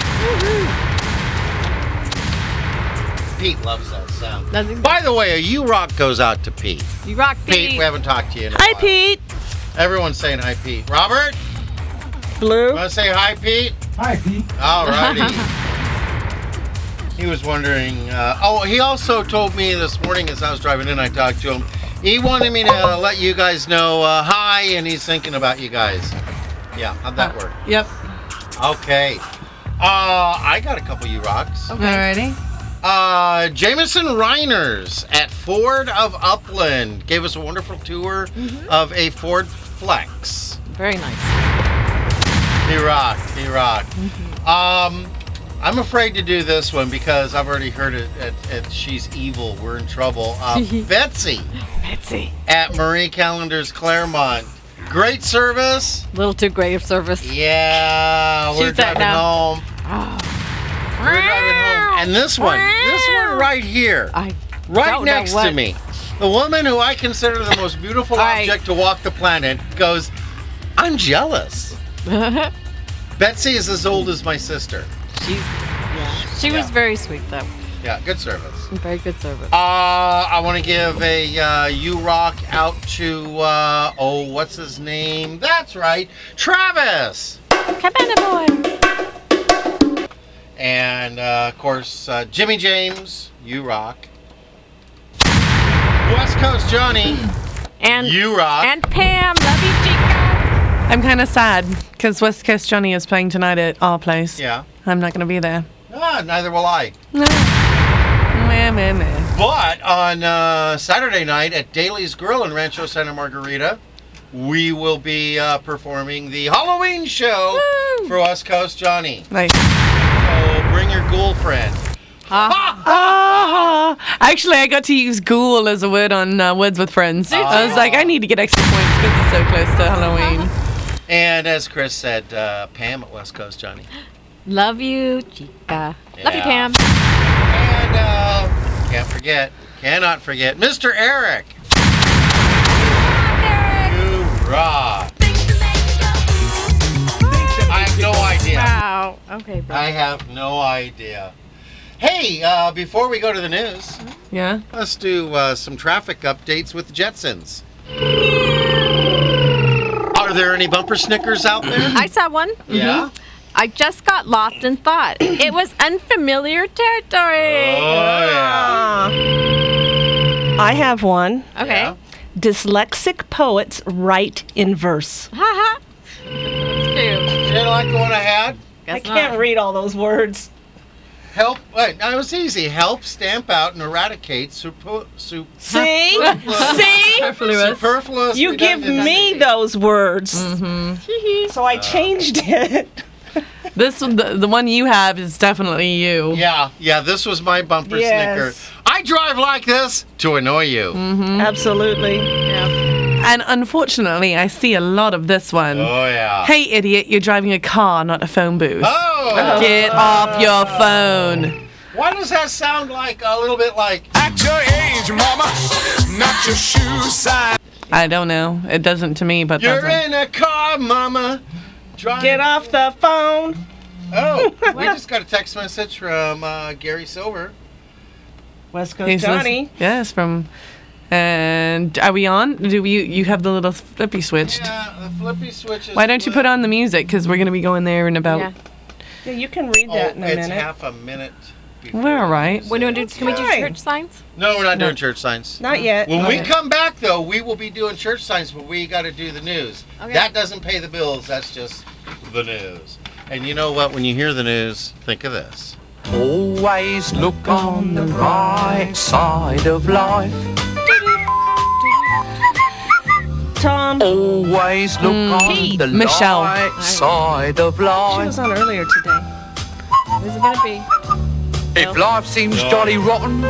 Speaker 4: Pete loves that sound.
Speaker 2: Nothing.
Speaker 4: By the way, a U Rock goes out to Pete.
Speaker 2: You rock,
Speaker 4: Pete,
Speaker 2: Pete.
Speaker 4: we haven't talked to you in a
Speaker 3: Hi,
Speaker 4: while.
Speaker 3: Pete.
Speaker 4: Everyone's saying hi, Pete. Robert?
Speaker 3: Blue?
Speaker 4: Want to say hi, Pete?
Speaker 10: Hi, Pete.
Speaker 4: All
Speaker 3: *laughs*
Speaker 4: righty. he was wondering. Uh, oh, he also told me this morning as I was driving in, I talked to him. He wanted me to uh, let you guys know uh, hi, and he's thinking about you guys. Yeah, how'd
Speaker 2: Oh.
Speaker 4: that work?
Speaker 1: Yep.
Speaker 4: Okay. Uh, I got a couple you rocks.
Speaker 1: Alrighty.
Speaker 4: Uh, Jameson Reiners at Ford of Upland gave us a wonderful tour of a Ford Flex.
Speaker 2: Very nice.
Speaker 4: He rocked. He rocked. Um, I'm afraid to do this one because I've already heard it. At, at She's evil. We're in trouble.
Speaker 2: *laughs*
Speaker 4: Uh, Betsy
Speaker 2: Betsy.
Speaker 4: at Marie Callender's Claremont. Great service.
Speaker 2: Little too great of service.
Speaker 4: Yeah, we're
Speaker 2: Shoot that
Speaker 4: driving
Speaker 2: now. Oh.
Speaker 4: home. We're driving home. And this one, this one right here, right
Speaker 2: don't know
Speaker 4: next to
Speaker 2: what-
Speaker 4: me, the woman who I consider the most beautiful object to walk the planet goes, "I'm jealous." Betsy is as old as my sister.
Speaker 2: She's She was very sweet though.
Speaker 4: yeah, good service.
Speaker 2: Very good service.
Speaker 4: Uh, I want to give a uh, you rock out to uh, oh, what's his name? That's right, Travis.
Speaker 2: Come on, boy.
Speaker 4: And uh, of course, uh, Jimmy James, you rock. West Coast Johnny,
Speaker 2: and
Speaker 4: you rock.
Speaker 2: And Pam, love you,
Speaker 1: I'm kind of sad because West Coast Johnny is playing tonight at our place.
Speaker 4: Yeah.
Speaker 1: I'm not going to be there.
Speaker 4: Ah, neither will I.
Speaker 1: Meh, meh, meh.
Speaker 4: But on uh, Saturday night at Daly's Grill in Rancho Santa Margarita, we will be uh, performing the Halloween show for West Coast Johnny.
Speaker 1: Nice.
Speaker 4: So bring your ghoul friend.
Speaker 1: Ah. Actually, I got to use ghoul as a word on uh, Words with Friends. I was like, I need to get extra points because it's so close to
Speaker 4: *laughs*
Speaker 1: Halloween.
Speaker 4: And as Chris said, uh, Pam at West Coast Johnny.
Speaker 2: Love you, Chica. Love you,
Speaker 4: Yeah.
Speaker 2: Pam.
Speaker 4: And uh, Can't forget, cannot forget, Mr. Eric. You rock. I have no idea.
Speaker 2: Wow. Okay, bro.
Speaker 4: I have no idea. Hey, uh, before we go to the news,
Speaker 1: yeah,
Speaker 4: let's do uh, some traffic updates with the Jetsons. Are there any bumper snickers out there?
Speaker 13: Mm-hmm.
Speaker 2: I saw one.
Speaker 4: Yeah.
Speaker 2: Mhm. I just got lost in thought. it was unfamiliar territory.
Speaker 4: Oh,
Speaker 3: Uh, I have one.
Speaker 2: Okay.
Speaker 3: Dyslexic poets write in verse.
Speaker 2: Haha.
Speaker 4: You didn't like the one I had?
Speaker 3: I can't read all those words.
Speaker 4: Help. Wait, that was easy. Help stamp out and eradicate super. super
Speaker 3: See? See?
Speaker 4: Superfluous. Superfluous
Speaker 3: You give me those words. So I changed it.
Speaker 1: This one- the, the one you have is definitely you.
Speaker 4: Yeah, yeah. This was my bumper
Speaker 1: Yes.
Speaker 4: snicker. I drive like this to annoy you.
Speaker 3: Absolutely.
Speaker 1: And unfortunately, I see a lot of this one.
Speaker 4: Oh yeah.
Speaker 1: Hey, idiot! You're driving a car, not a phone booth.
Speaker 4: Oh.
Speaker 1: Get off your phone.
Speaker 4: Why does that sound like a little bit like at your age, mama, not your shoe size.
Speaker 1: I don't know. It doesn't to me, but
Speaker 4: You're
Speaker 1: that's
Speaker 4: in a car, mama. Drive.
Speaker 3: Get off the phone.
Speaker 1: *laughs*
Speaker 4: Oh, we just got a text message from uh, Gary Silver.
Speaker 3: West
Speaker 1: He's lis- Yes, from. And are we on? Do we? You have the little flippy switched.
Speaker 4: Yeah, the flippy switch is.
Speaker 1: Why don't you put on the music? Because we're gonna be going there in about.
Speaker 3: Yeah, you can read
Speaker 4: Oh,
Speaker 3: that in a
Speaker 4: it's
Speaker 3: minute.
Speaker 4: half a minute.
Speaker 1: We're all right.
Speaker 2: When do we do, can we do
Speaker 3: fine.
Speaker 2: church signs?
Speaker 4: No, we're not
Speaker 1: No.
Speaker 4: doing church signs.
Speaker 3: Not yet.
Speaker 4: When we
Speaker 3: Okay.
Speaker 4: come back, though, we will be doing church signs, but we got to do the news. That doesn't pay the bills. That's just the news. And you know what? When you hear the news, think of this.
Speaker 9: Always look on the bright side of life.
Speaker 3: Tom.
Speaker 9: Always look on the
Speaker 1: Michelle.
Speaker 9: light side of life.
Speaker 3: She was on earlier today.
Speaker 2: Who's it gonna be?
Speaker 9: If life seems jolly rotten,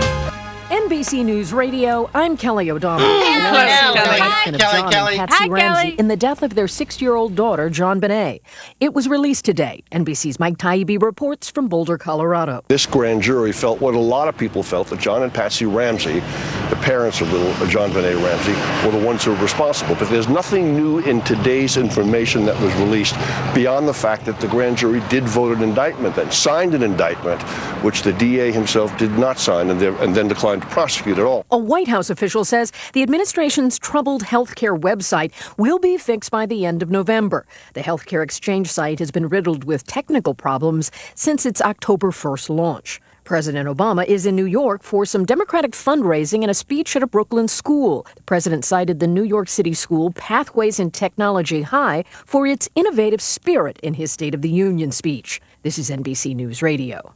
Speaker 13: NBC News Radio, I'm Kelly O'Donnell.
Speaker 9: Hello, Kelly.
Speaker 13: Hi,
Speaker 9: Kelly, Kelly.
Speaker 13: Patsy
Speaker 9: Hi,
Speaker 13: Ramsey
Speaker 9: Kelly.
Speaker 13: in the death of their six-year-old daughter, John Benet. It was released today. NBC's Mike Taibbi reports from Boulder, Colorado.
Speaker 14: This grand jury felt what a lot of people felt that John and Patsy Ramsey
Speaker 10: the parents of little uh, John Benet Ramsey were the ones who were responsible. But there's nothing new in today's information that was released beyond the fact that the grand jury did vote an indictment then, signed an indictment, which the DA himself did not sign and, there- and then declined to prosecute at all.
Speaker 13: A White House official says the administration's troubled healthcare website will be fixed by the end of November. The healthcare exchange site has been riddled with technical problems since its October 1st launch. President Obama is in New York for some Democratic fundraising and a speech at a Brooklyn school. The president cited the New York City school Pathways in Technology High for its innovative spirit in his State of the Union speech. This is NBC News Radio.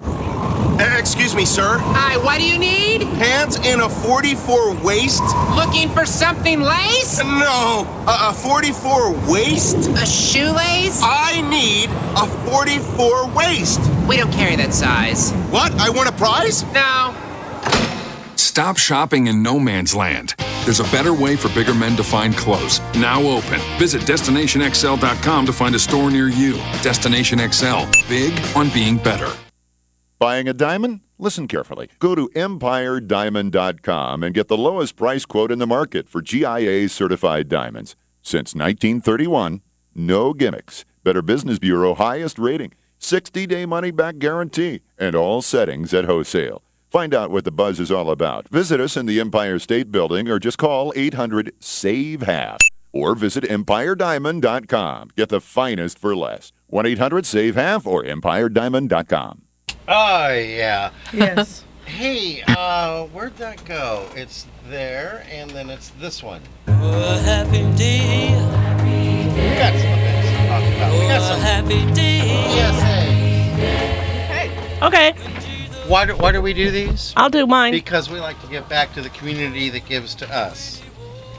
Speaker 14: Uh, Excuse me, sir. Hi, what do you need? Pants in a 44 waist. Looking for something lace? No, a, a 44 waist? A shoelace? I need a 44 waist. We don't carry that size. What? I want a prize? No.
Speaker 15: Stop shopping in no man's land. There's a better way for bigger men to find clothes. Now open. Visit DestinationXL.com to find a store near you. Destination XL. Big on being better.
Speaker 16: Buying a diamond? Listen carefully. Go to EmpireDiamond.com and get the lowest price quote in the market for GIA certified diamonds. Since 1931, no gimmicks. Better Business Bureau highest rating, 60 day money back guarantee, and all settings at wholesale. Find out what the buzz is all about. Visit us in the Empire State Building or just call 800 SAVE HALF or visit EmpireDiamond.com. Get the finest for less. 1 800 SAVE HALF or EmpireDiamond.com.
Speaker 4: Oh yeah. Yes. *laughs* hey, uh, where'd that go? It's there, and then it's this one.
Speaker 6: A happy day.
Speaker 4: We got some things to talk about. We got some
Speaker 6: happy day.
Speaker 4: Okay. Why do, why do we do these?
Speaker 3: I'll do mine.
Speaker 4: Because we like to give back to the community that gives to us.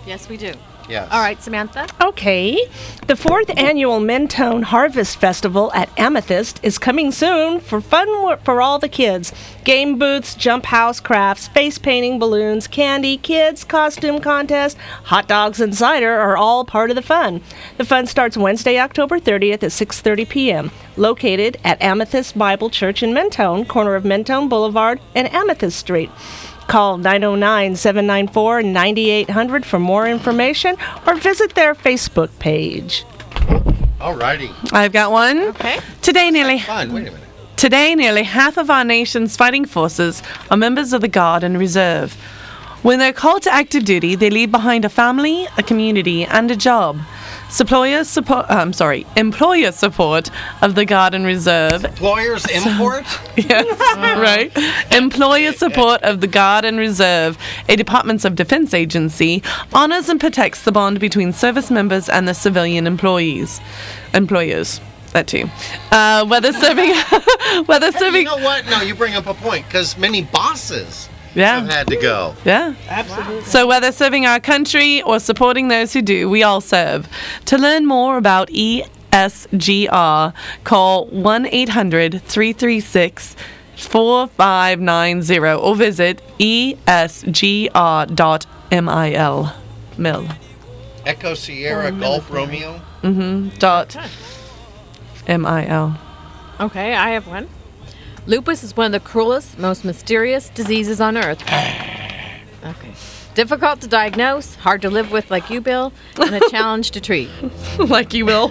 Speaker 2: Yes, we do.
Speaker 4: Yes.
Speaker 2: All right, Samantha.
Speaker 3: Okay. The fourth annual Mentone Harvest Festival at Amethyst is coming soon for fun wo- for all the kids. Game booths, jump house crafts, face painting, balloons, candy, kids, costume contest, hot dogs and cider are all part of the fun. The fun starts Wednesday, October 30th at 6:30 p.m. located at Amethyst Bible Church in Mentone, corner of Mentone Boulevard and Amethyst Street. Call 909 794 9800 for more information or visit their Facebook page.
Speaker 4: Alrighty.
Speaker 1: I've got one. Okay. Today, nearly.
Speaker 4: Fine. Wait a minute.
Speaker 1: Today, nearly half of our nation's fighting forces are members of the Guard and Reserve. When they're called to active duty, they leave behind a family, a community, and a job. Supplier support, I'm sorry, employer support of the Guard and Reserve.
Speaker 4: Employers import?
Speaker 1: yes, *laughs* right. Employer support of the Guard and Reserve, a Department of Defense agency, honors and protects the bond between service members and the civilian employees, employers. That too. Uh, whether serving, *laughs* whether
Speaker 4: Hey,
Speaker 1: serving.
Speaker 4: you know what? No, you bring up a point because many bosses
Speaker 1: Yeah.
Speaker 4: have had to go.
Speaker 1: Yeah.
Speaker 4: Absolutely.
Speaker 1: So, whether serving our country or supporting those who do, we all serve. To learn more about E ESGR, call 1 800 336 4590 or visit E esgr.mil. Mill.
Speaker 4: Echo Sierra
Speaker 2: Or
Speaker 4: Golf Romeo.
Speaker 1: Mm-hmm. Dot mil.
Speaker 2: Okay, I have one. Lupus is one of the cruelest, most mysterious diseases on earth. Okay. Difficult to diagnose, hard to live with, like you, Bill, and a challenge to treat.
Speaker 1: like you, Bill.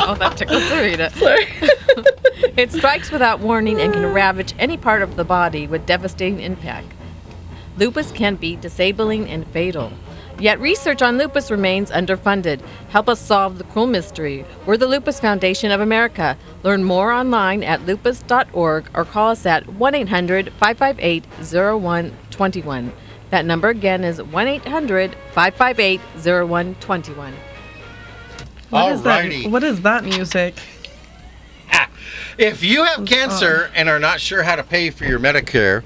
Speaker 2: oh, that tickles to *laughs* read it. it strikes without warning and can ravage any part of the body with devastating impact. Lupus can be disabling and fatal. Yet research on lupus remains underfunded. Help us solve the cruel mystery. We're the Lupus Foundation of America. Learn more online at lupus.org or call us at 1 800 558 0121. That number again is 1 800 558 0121.
Speaker 1: What is that-
Speaker 4: Alrighty.
Speaker 1: What is that music? Oh,
Speaker 4: If you have cancer and are not sure how to pay for your Medicare,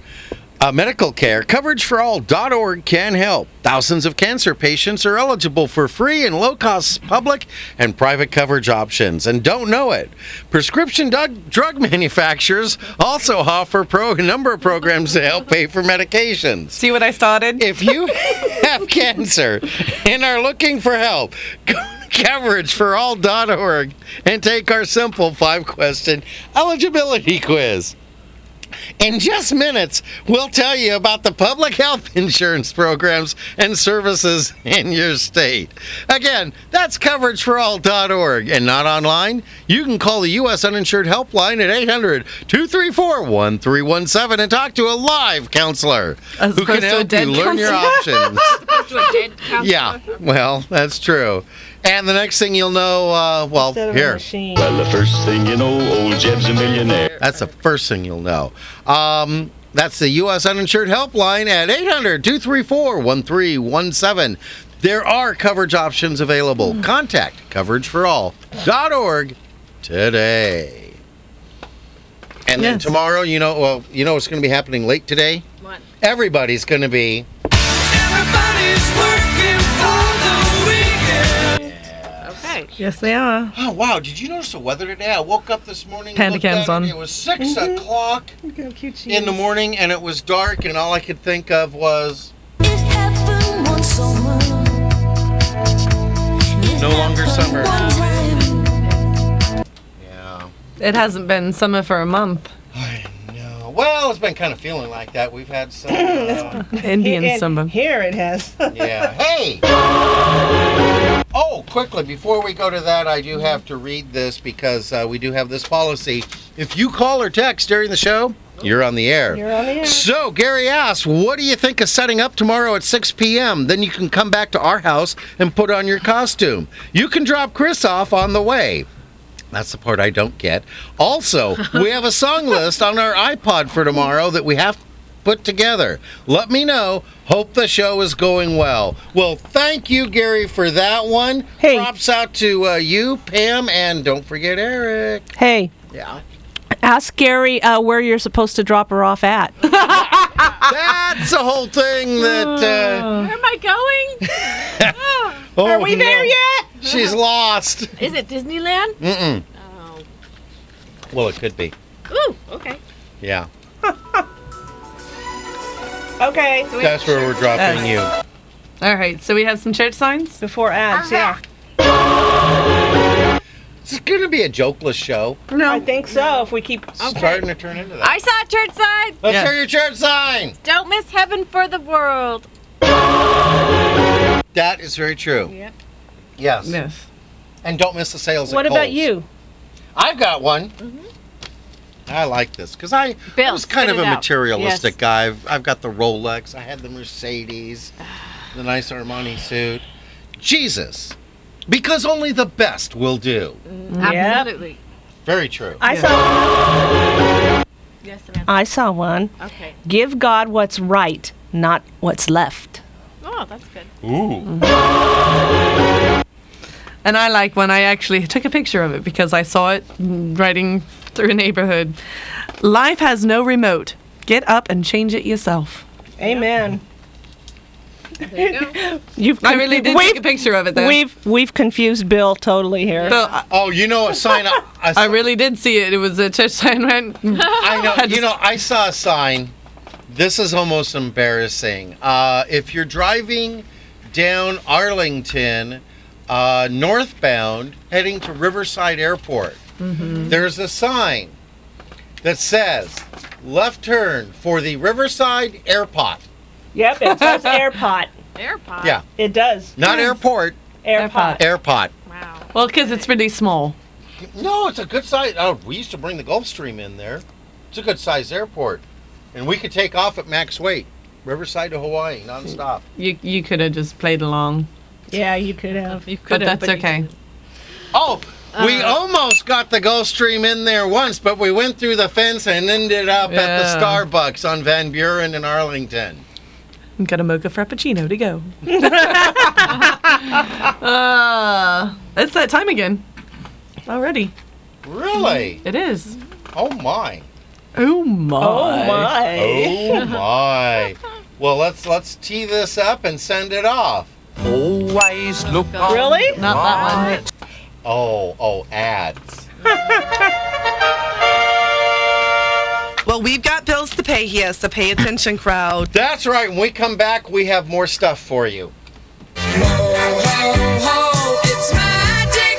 Speaker 4: uh, medical care, coverageforall.org can help. Thousands of cancer patients are eligible for free and low cost public and private coverage options and don't know it. Prescription drug, drug *laughs* manufacturers also offer pro, a number of programs to help pay for medications.
Speaker 1: See what I started?
Speaker 4: If you have cancer and are looking for help, go to coverageforall.org and take our simple five question eligibility quiz. In just minutes, we'll tell you about the public health *laughs* insurance programs and services in your state. Again, that's coverageforall.org and not online. You can call the U.S. Uninsured Helpline at 800 234 1317 and talk to a live counselor who
Speaker 1: opposed
Speaker 4: can
Speaker 1: to a
Speaker 4: help you
Speaker 1: dead
Speaker 4: learn your
Speaker 1: counselor. *laughs*
Speaker 4: options. yeah, well, that's true. And the next thing you'll know, uh, well,
Speaker 3: Instead of a
Speaker 4: here.
Speaker 3: machine.
Speaker 4: Well, the first thing you know, old Jeb's a millionaire. That's the first thing you'll know. Um, that's the U.S. Uninsured Helpline at 800 234 1317. There are coverage options available.
Speaker 1: Hmm.
Speaker 4: Contact coverageforall.org today. And then tomorrow, you know, well, you know what's going to be happening late today? What? Everybody's going to be
Speaker 2: Okay.
Speaker 1: Yes, they are.
Speaker 4: Oh wow! Did you notice the weather today? I woke up this morning.
Speaker 1: Panda
Speaker 4: looked out,
Speaker 1: cam's on. Mm-hmm.
Speaker 4: and It was 6 o'clock in the morning, and it was dark, and all I could think of was no longer summer.
Speaker 1: It hasn't been summer for a month.
Speaker 4: Uh, Well, it's been kind of feeling like that. We've had
Speaker 3: *clears throat*
Speaker 4: some. uh,
Speaker 1: Indian
Speaker 4: And
Speaker 1: summer.
Speaker 3: Here it has. *laughs*
Speaker 4: yeah. Hey. Oh, quickly before we go to that, I do have to read this because uh, we do have this policy. If you call or text during the show, you're on the air.
Speaker 3: You're on the air.
Speaker 4: So Gary asks, "What do you think of setting up tomorrow at 6 p.m.? Then you can come back to our house and put on your costume. You can drop Chris off on the way." That's the part I don't get. Also, we have a song list on our iPod for tomorrow that we have put together. Let me know. Hope the show is going well. Well, thank you, Gary, for that one. Hey. Props out to uh, you, Pam, and don't forget Eric.
Speaker 3: Hey,
Speaker 4: Yeah.
Speaker 3: ask Gary uh, where you're supposed to drop her off at.
Speaker 4: *laughs* That's the whole thing that.
Speaker 2: *sighs*
Speaker 4: Uh,
Speaker 2: Where am I going?
Speaker 4: oh, no. She's lost.
Speaker 2: Is it Disneyland?
Speaker 4: Mm-mm. Well, it could be.
Speaker 2: Ooh, okay.
Speaker 4: Yeah.
Speaker 3: Okay.
Speaker 4: That's where we're dropping you.
Speaker 1: All right, so we have some church signs
Speaker 3: before ads. Yeah.
Speaker 4: It's going to be a jokeless show.
Speaker 3: No. I think so. If we keep
Speaker 4: Starting to turn into that.
Speaker 2: I saw a church sign.
Speaker 4: Let's hear your church sign.
Speaker 2: Don't miss heaven for the world.
Speaker 4: That is very true.
Speaker 2: Yep.
Speaker 4: Yes. Yes. And don't miss the sales. at
Speaker 3: What about
Speaker 4: Kohl's.
Speaker 3: you?
Speaker 4: I've got one. Mm-hmm. I like this because I, I
Speaker 3: Bill,
Speaker 4: was kind
Speaker 3: spit
Speaker 4: of a
Speaker 3: it out.
Speaker 4: materialistic
Speaker 3: Yes.
Speaker 4: guy. I've, I've got the Rolex. I had the Mercedes, the nice Armani suit. Jesus, because only the best will do.
Speaker 2: Absolutely.
Speaker 4: Very true.
Speaker 3: I saw.
Speaker 2: Yes,
Speaker 3: I saw one.
Speaker 2: Okay.
Speaker 3: Give God what's right, not what's left.
Speaker 2: Oh, that's good.
Speaker 4: Ooh.
Speaker 1: And I like when I actually *laughs* took a picture of it because I saw it riding through a neighborhood. Life has no remote. Get up and change it yourself.
Speaker 3: Amen. *laughs* You've
Speaker 1: I really did take a picture of it, though. *laughs*
Speaker 3: We've we've confused Bill totally here.
Speaker 4: oh, you know a sign. I,
Speaker 3: *laughs*
Speaker 1: I really did see it. It was a church *laughs* sign. Right?
Speaker 4: I know. You know, I saw a sign. This is almost embarrassing. Uh, if you're driving down Arlington uh, northbound, heading to Riverside Airport, there's a sign that says "Left turn for the Riverside Airpot."
Speaker 3: Yep, it says *laughs* AirPod.
Speaker 2: AirPod.
Speaker 4: Yeah,
Speaker 3: It does.
Speaker 4: not airport.
Speaker 3: AirPod.
Speaker 4: Airpot.
Speaker 1: Well, because it's really small.
Speaker 4: No, it's a good size. Oh, we used to bring the Gulfstream in there. It's a good sized airport, and we could take off at max weight, Riverside to Hawaii, nonstop.
Speaker 1: You you could have just played along,
Speaker 3: Yeah, you could have. You
Speaker 1: but that's okay.
Speaker 4: Oh, we
Speaker 1: Uh,
Speaker 4: almost got the Gulfstream in there once, but we went through the fence and ended up at
Speaker 1: Yeah.
Speaker 4: the Starbucks on Van Buren in Arlington.
Speaker 1: Got a mocha frappuccino to *laughs* go. uh, it's that time again. Already.
Speaker 4: Really?
Speaker 1: It is.
Speaker 4: Oh my.
Speaker 1: Oh my.
Speaker 4: Oh my. Oh *laughs* my. Well, let's let's tee this up and send it off. Always look
Speaker 3: Really?
Speaker 1: Not that
Speaker 4: one. Oh, oh, ads.
Speaker 17: Well, we've got bills to pay here, so pay attention, crowd.
Speaker 4: That's right. When we come back, we have more stuff for you.
Speaker 5: It's magic.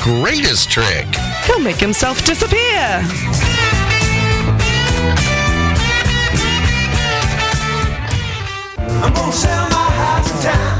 Speaker 18: greatest trick.
Speaker 1: He'll make himself disappear.
Speaker 7: I'm gonna sell my house in town.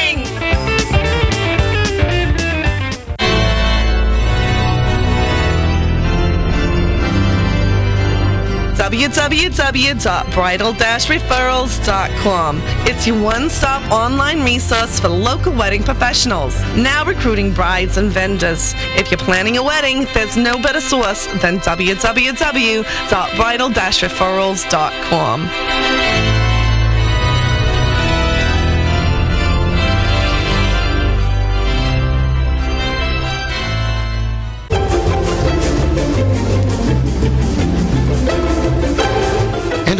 Speaker 17: www.bridal-referrals.com. It's your one-stop online resource for local wedding professionals. Now recruiting brides and vendors. If you're planning a wedding, there's no better source than www.bridal-referrals.com.
Speaker 18: And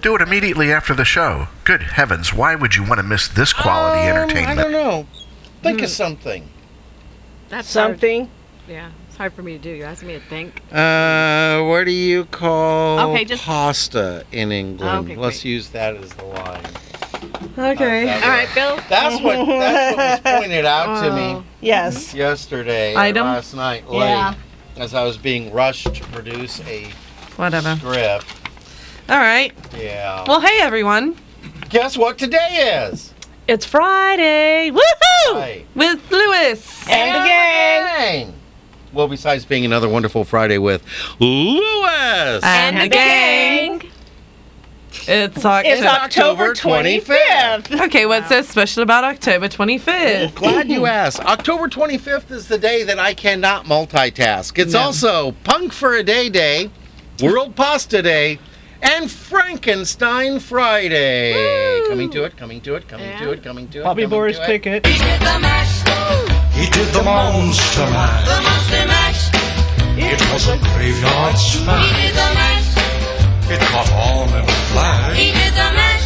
Speaker 8: Do it immediately after the show. Good heavens, why would you want to miss this quality entertainment?
Speaker 4: Um, I don't know. Think
Speaker 1: Hmm.
Speaker 4: of something.
Speaker 2: That's
Speaker 3: Something.
Speaker 2: Hard. Yeah, it's hard for me to do. You're asking me to think.
Speaker 4: Uh, what do you call
Speaker 2: Okay, just-
Speaker 4: pasta in England?
Speaker 2: Okay,
Speaker 4: Let's use that as the line.
Speaker 3: Okay.
Speaker 2: All right, Oh. Bill.
Speaker 4: That's what that's
Speaker 2: *laughs*
Speaker 4: what was pointed out to me
Speaker 3: Yes.
Speaker 4: yesterday, or
Speaker 3: Item?
Speaker 4: last night, late,
Speaker 3: Yeah.
Speaker 4: as I was being rushed to produce a
Speaker 1: Whatever.
Speaker 4: script.
Speaker 1: All right.
Speaker 4: Yeah.
Speaker 1: Well, hey everyone.
Speaker 4: Guess what today is?
Speaker 1: It's Friday. Woohoo!
Speaker 4: Right.
Speaker 1: With Lewis.
Speaker 4: And the gang. Well, besides being another wonderful Friday with Lewis.
Speaker 1: And, the gang. It's, Oc-
Speaker 3: It's October 25th.
Speaker 1: Okay, what's so special about October 25th?
Speaker 4: Glad you asked. October 25th is the day that I cannot multitask. It's also Punk for a Day Day, World Pasta Day, and Frankenstein Friday. Coming to it, coming to it, coming to it, coming to it.
Speaker 7: Bobby
Speaker 4: coming
Speaker 7: Boris
Speaker 4: to it.
Speaker 7: Pickett. He did the mash. He did the monster mash. The monster mash. It was a graveyard smash. He did the mash. It caught on in a flash. He did the mash.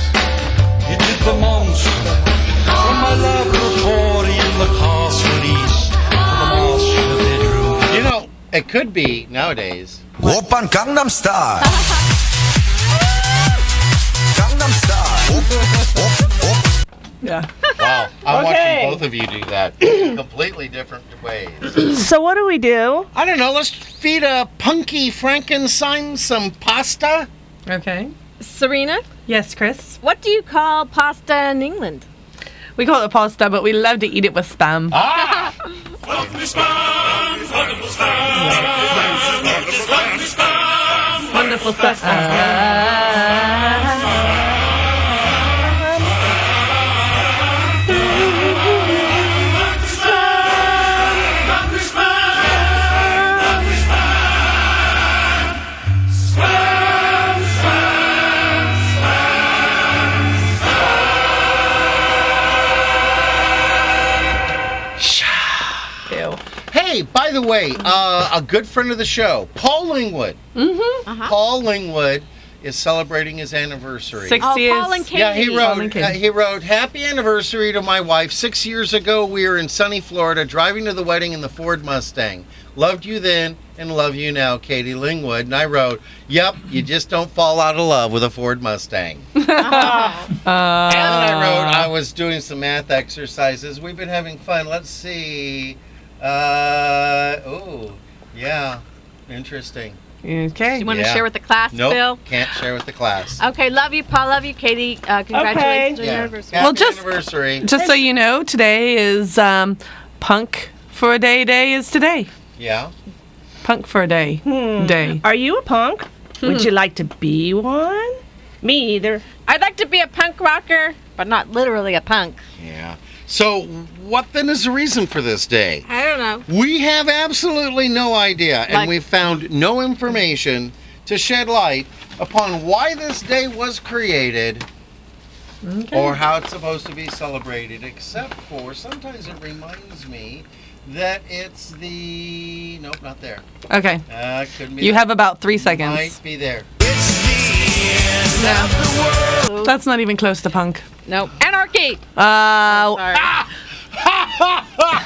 Speaker 7: He did the monster mash. From my laboratory in the castle east. The monster bedroom.
Speaker 4: You know, it could be nowadays.
Speaker 7: Whoop on Gangnam Style. Gangnam Style.
Speaker 1: Yeah.
Speaker 4: *laughs* Wow. I'm
Speaker 3: Okay.
Speaker 4: watching both of you do that in completely different ways.
Speaker 3: So what do we do?
Speaker 4: I don't know. Let's feed a punky Frankenstein some pasta.
Speaker 1: Okay.
Speaker 2: Serena,
Speaker 1: Yes, Chris.
Speaker 2: what do you call pasta in England?
Speaker 1: We call it pasta, but we love to eat it with spam.
Speaker 4: Ah!
Speaker 1: Wonderful stuff.
Speaker 7: Gangnam Style.
Speaker 4: by the way, uh, a good friend of the show, Paul Lingwood. Mm-hmm. Paul Lingwood is celebrating his anniversary.
Speaker 1: Six Oh, years. Paul and
Speaker 4: Yeah, he
Speaker 1: Katie.
Speaker 4: wrote.
Speaker 1: Paul and
Speaker 4: uh,
Speaker 1: Katie.
Speaker 4: he wrote, "Happy anniversary to my wife. Six years ago, we were in sunny Florida, driving to the wedding in the Ford Mustang. Loved you then, and love you now, Katie Lingwood." And I wrote, "Yep, you just don't fall out of love with a Ford Mustang."
Speaker 2: Oh,
Speaker 4: and I wrote,
Speaker 1: Ah.
Speaker 4: I was doing some math exercises. We've been having fun. Let's see. Uh, oh, yeah. Interesting.
Speaker 1: Okay.
Speaker 2: *laughs* You want to share with the class,
Speaker 4: nope,
Speaker 2: Bill?
Speaker 4: Can't share with the class.
Speaker 2: Okay, love you, Paul. Love you, Katie. Uh, congratulations on your
Speaker 4: Yeah.
Speaker 2: anniversary.
Speaker 4: Happy anniversary.
Speaker 1: Just so you know, today is um, Punk for a Day Day is today.
Speaker 4: Yeah.
Speaker 1: Punk for a Day Day.
Speaker 3: Are you a punk? Would you like to be one? Me either.
Speaker 2: I'd like to be a punk rocker, but not literally a punk.
Speaker 4: Yeah. So, what then is the reason for this day?
Speaker 2: I don't know.
Speaker 4: We have absolutely no idea, and
Speaker 2: Like-
Speaker 4: we found no information to shed light upon why this day was created or how it's supposed to be celebrated, except for sometimes it reminds me that it's the. Nope, not there.
Speaker 1: Okay.
Speaker 4: Uh, couldn't be
Speaker 1: You
Speaker 4: there.
Speaker 1: have about three seconds.
Speaker 4: Might be there.
Speaker 1: That's not even close to punk.
Speaker 2: Nope. Anarchy.
Speaker 1: Uh,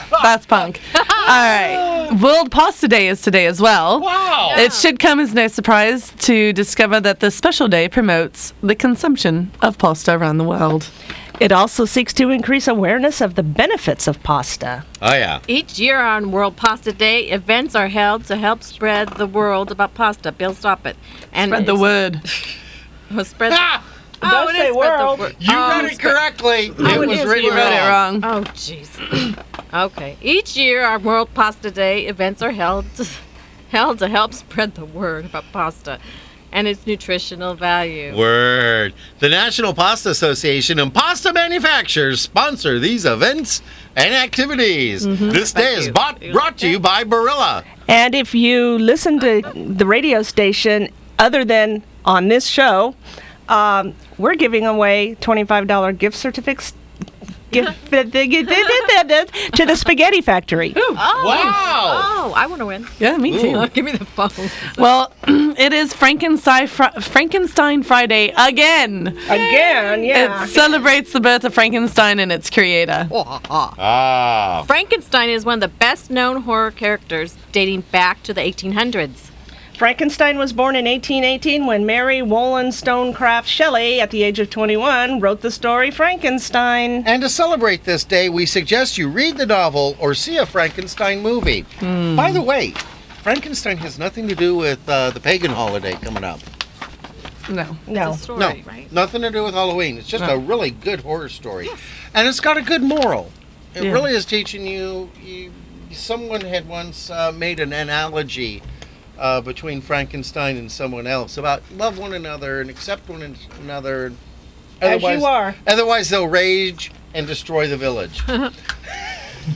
Speaker 1: *laughs* that's punk. All right. World Pasta Day is today as well.
Speaker 4: Wow.
Speaker 1: It should come as no surprise to discover that this special day promotes the consumption of pasta around the world.
Speaker 3: It also seeks to increase awareness of the benefits of pasta.
Speaker 4: Oh, yeah.
Speaker 2: Each year on World Pasta Day, events are held to help spread the world about pasta. Bill, stop it. And
Speaker 1: Spread the word.
Speaker 2: Oh, spread. Oh, it
Speaker 3: Don't
Speaker 2: is
Speaker 3: say
Speaker 2: spread the
Speaker 3: world.
Speaker 2: word.
Speaker 4: You
Speaker 2: Oh,
Speaker 4: read it
Speaker 2: spread-
Speaker 4: correctly.
Speaker 2: Oh,
Speaker 4: it was
Speaker 2: is.
Speaker 4: written
Speaker 2: You read
Speaker 4: wrong.
Speaker 2: Oh, jeez. *coughs* okay. Each year on World Pasta Day, events are held to, *laughs* held to help spread the word about pasta and its nutritional value.
Speaker 4: Word. The National Pasta Association and pasta manufacturers sponsor these events and activities. This day is bought, brought to you by Barilla.
Speaker 3: And if you listen to the radio station other than on this show, um, we're giving away $25 gift certificates gift- to the Spaghetti Factory.
Speaker 2: Oh,
Speaker 1: Wow.
Speaker 2: Oh, I want to win.
Speaker 1: Yeah, me too.
Speaker 2: *laughs* Give me the phone.
Speaker 1: Well, *clears throat* it is Frankenstein, Fri- Frankenstein Friday again.
Speaker 3: Again, yeah.
Speaker 1: It celebrates the birth of Frankenstein and its creator.
Speaker 4: Ah.
Speaker 2: Frankenstein is one of the best known horror characters dating back to the 1800s.
Speaker 3: Frankenstein was born in 1818 when Mary Wollen Stonecraft Shelley, at the age of 21, wrote the story Frankenstein.
Speaker 4: And to celebrate this day, we suggest you read the novel or see a Frankenstein movie. By the way, Frankenstein has nothing to do with uh, the pagan holiday coming up.
Speaker 1: No.
Speaker 3: No.
Speaker 4: no, nothing to do with Halloween. It's just
Speaker 1: No.
Speaker 4: a really good horror story, and it's got a good moral. It
Speaker 1: Yeah.
Speaker 4: really is teaching you. you someone had once uh, made an analogy uh, between Frankenstein and someone else about love one another and accept one an- another.
Speaker 3: As you are.
Speaker 4: Otherwise, they'll rage and destroy the
Speaker 3: *laughs*
Speaker 4: village.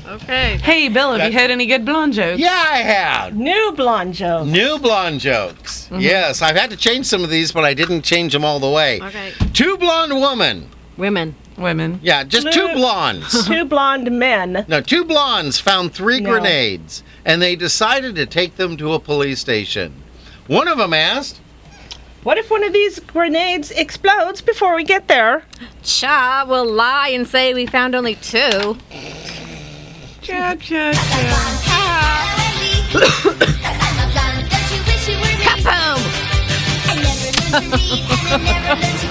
Speaker 2: Okay.
Speaker 1: Hey, Bill, have you
Speaker 4: That-
Speaker 1: heard any good blonde jokes?
Speaker 4: yeah, I have.
Speaker 3: New blonde
Speaker 4: *laughs*
Speaker 3: joke.
Speaker 4: New blonde jokes.
Speaker 3: Mm-hmm.
Speaker 4: Yes, I've had to change some of these, but I didn't change them all the way.
Speaker 2: Okay.
Speaker 4: Two blonde women.
Speaker 2: Women.
Speaker 1: Women.
Speaker 4: Yeah, just two
Speaker 3: Blue-
Speaker 4: blondes.
Speaker 3: Two blonde men.
Speaker 4: No, two blondes found three
Speaker 3: No.
Speaker 4: grenades, and they decided to take them to a police station. One of them asked,
Speaker 3: What if one of these grenades explodes before we get there?
Speaker 2: Cha will lie and say we found only two.
Speaker 1: Cha, cha,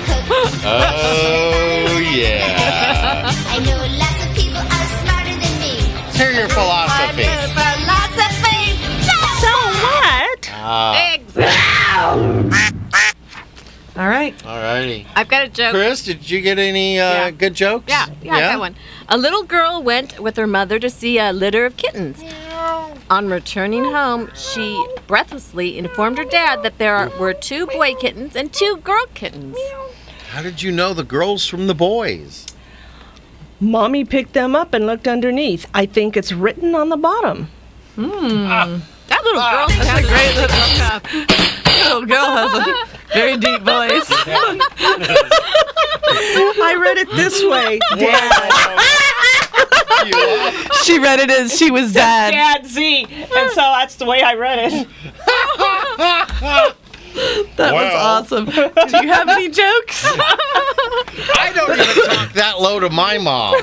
Speaker 2: Kaboom!
Speaker 4: "Oh yeah." *laughs* Hear your philosophy.
Speaker 3: So what?
Speaker 4: Ah,
Speaker 1: All right.
Speaker 4: Alrighty.
Speaker 2: I've got a joke.
Speaker 4: Chris, did you get any uh,
Speaker 2: Oh. Yeah.
Speaker 4: good jokes?
Speaker 2: Yeah, yeah, I got one. A little girl went with her mother to see a litter of kittens. On returning home, she breathlessly informed her dad that there are, were two boy kittens and two girl kittens.
Speaker 4: How did you know the girls from the *laughs* boys?
Speaker 3: Mommy picked them up and looked underneath. I think it's written on the bottom.
Speaker 2: That little girl sounded great.
Speaker 1: Little girl has a very deep voice. *laughs*
Speaker 3: I read it this way, Dad.
Speaker 1: she read it as she *laughs* was dead.
Speaker 3: Dad Z, and so that's the way I read
Speaker 1: *laughs*
Speaker 3: it.
Speaker 1: That was awesome. Do you have any jokes?
Speaker 4: I don't even talk that low to my mom.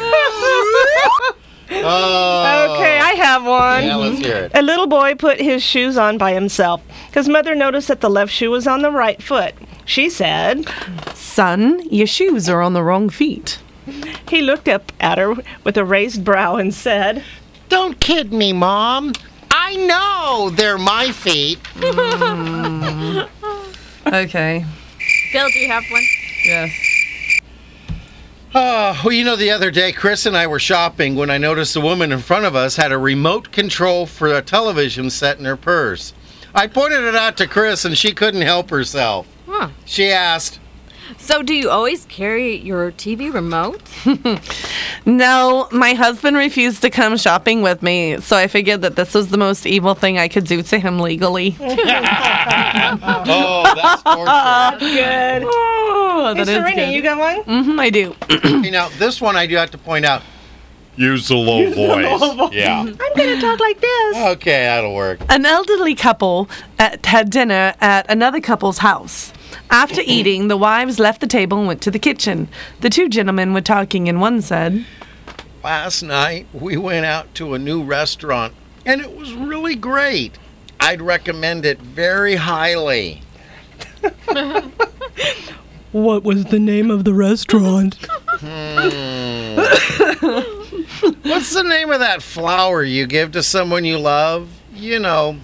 Speaker 4: Oh.
Speaker 3: Okay, I have one.
Speaker 4: Yeah, let's hear it.
Speaker 3: A little boy put his shoes on by himself. His mother noticed that the left shoe was on the right foot. She said,
Speaker 1: *laughs* Son, your shoes are on the wrong feet.
Speaker 3: He looked up at her with a raised brow and said,
Speaker 4: Don't kid me, Mom. I know they're my feet.
Speaker 1: Okay.
Speaker 2: Bill, do you have one?
Speaker 1: Yes.
Speaker 4: Oh, well, you know, the other day, Chris and I were shopping when I noticed a woman in front of us had a remote control for a television set in her purse. I pointed it out to Chris, and she couldn't help herself.
Speaker 2: Huh.
Speaker 4: She asked,
Speaker 2: So, do you always carry your TV remote?
Speaker 1: No, my husband refused to come shopping with me, so I figured that this was the most evil thing I could do to him legally.
Speaker 4: Oh, that's torture.
Speaker 3: Good.
Speaker 1: Oh,
Speaker 3: hey,
Speaker 1: that is
Speaker 3: Serena,
Speaker 1: good.
Speaker 3: you got one?
Speaker 1: hmm I do.
Speaker 4: you know, this one I do have to point out. Use the low voice. Yeah.
Speaker 3: I'm going to talk like this.
Speaker 4: Okay, that'll work.
Speaker 1: An elderly couple at, had dinner at another couple's house. *clears throat* After eating, the wives left the table and went to the kitchen. The two gentlemen were talking, and one said,
Speaker 4: Last night, we went out to a new restaurant, and it was really great. I'd recommend it very highly.
Speaker 3: What was the name of the restaurant?
Speaker 4: Hmm. What's the name of that flower you give to someone you love? You know,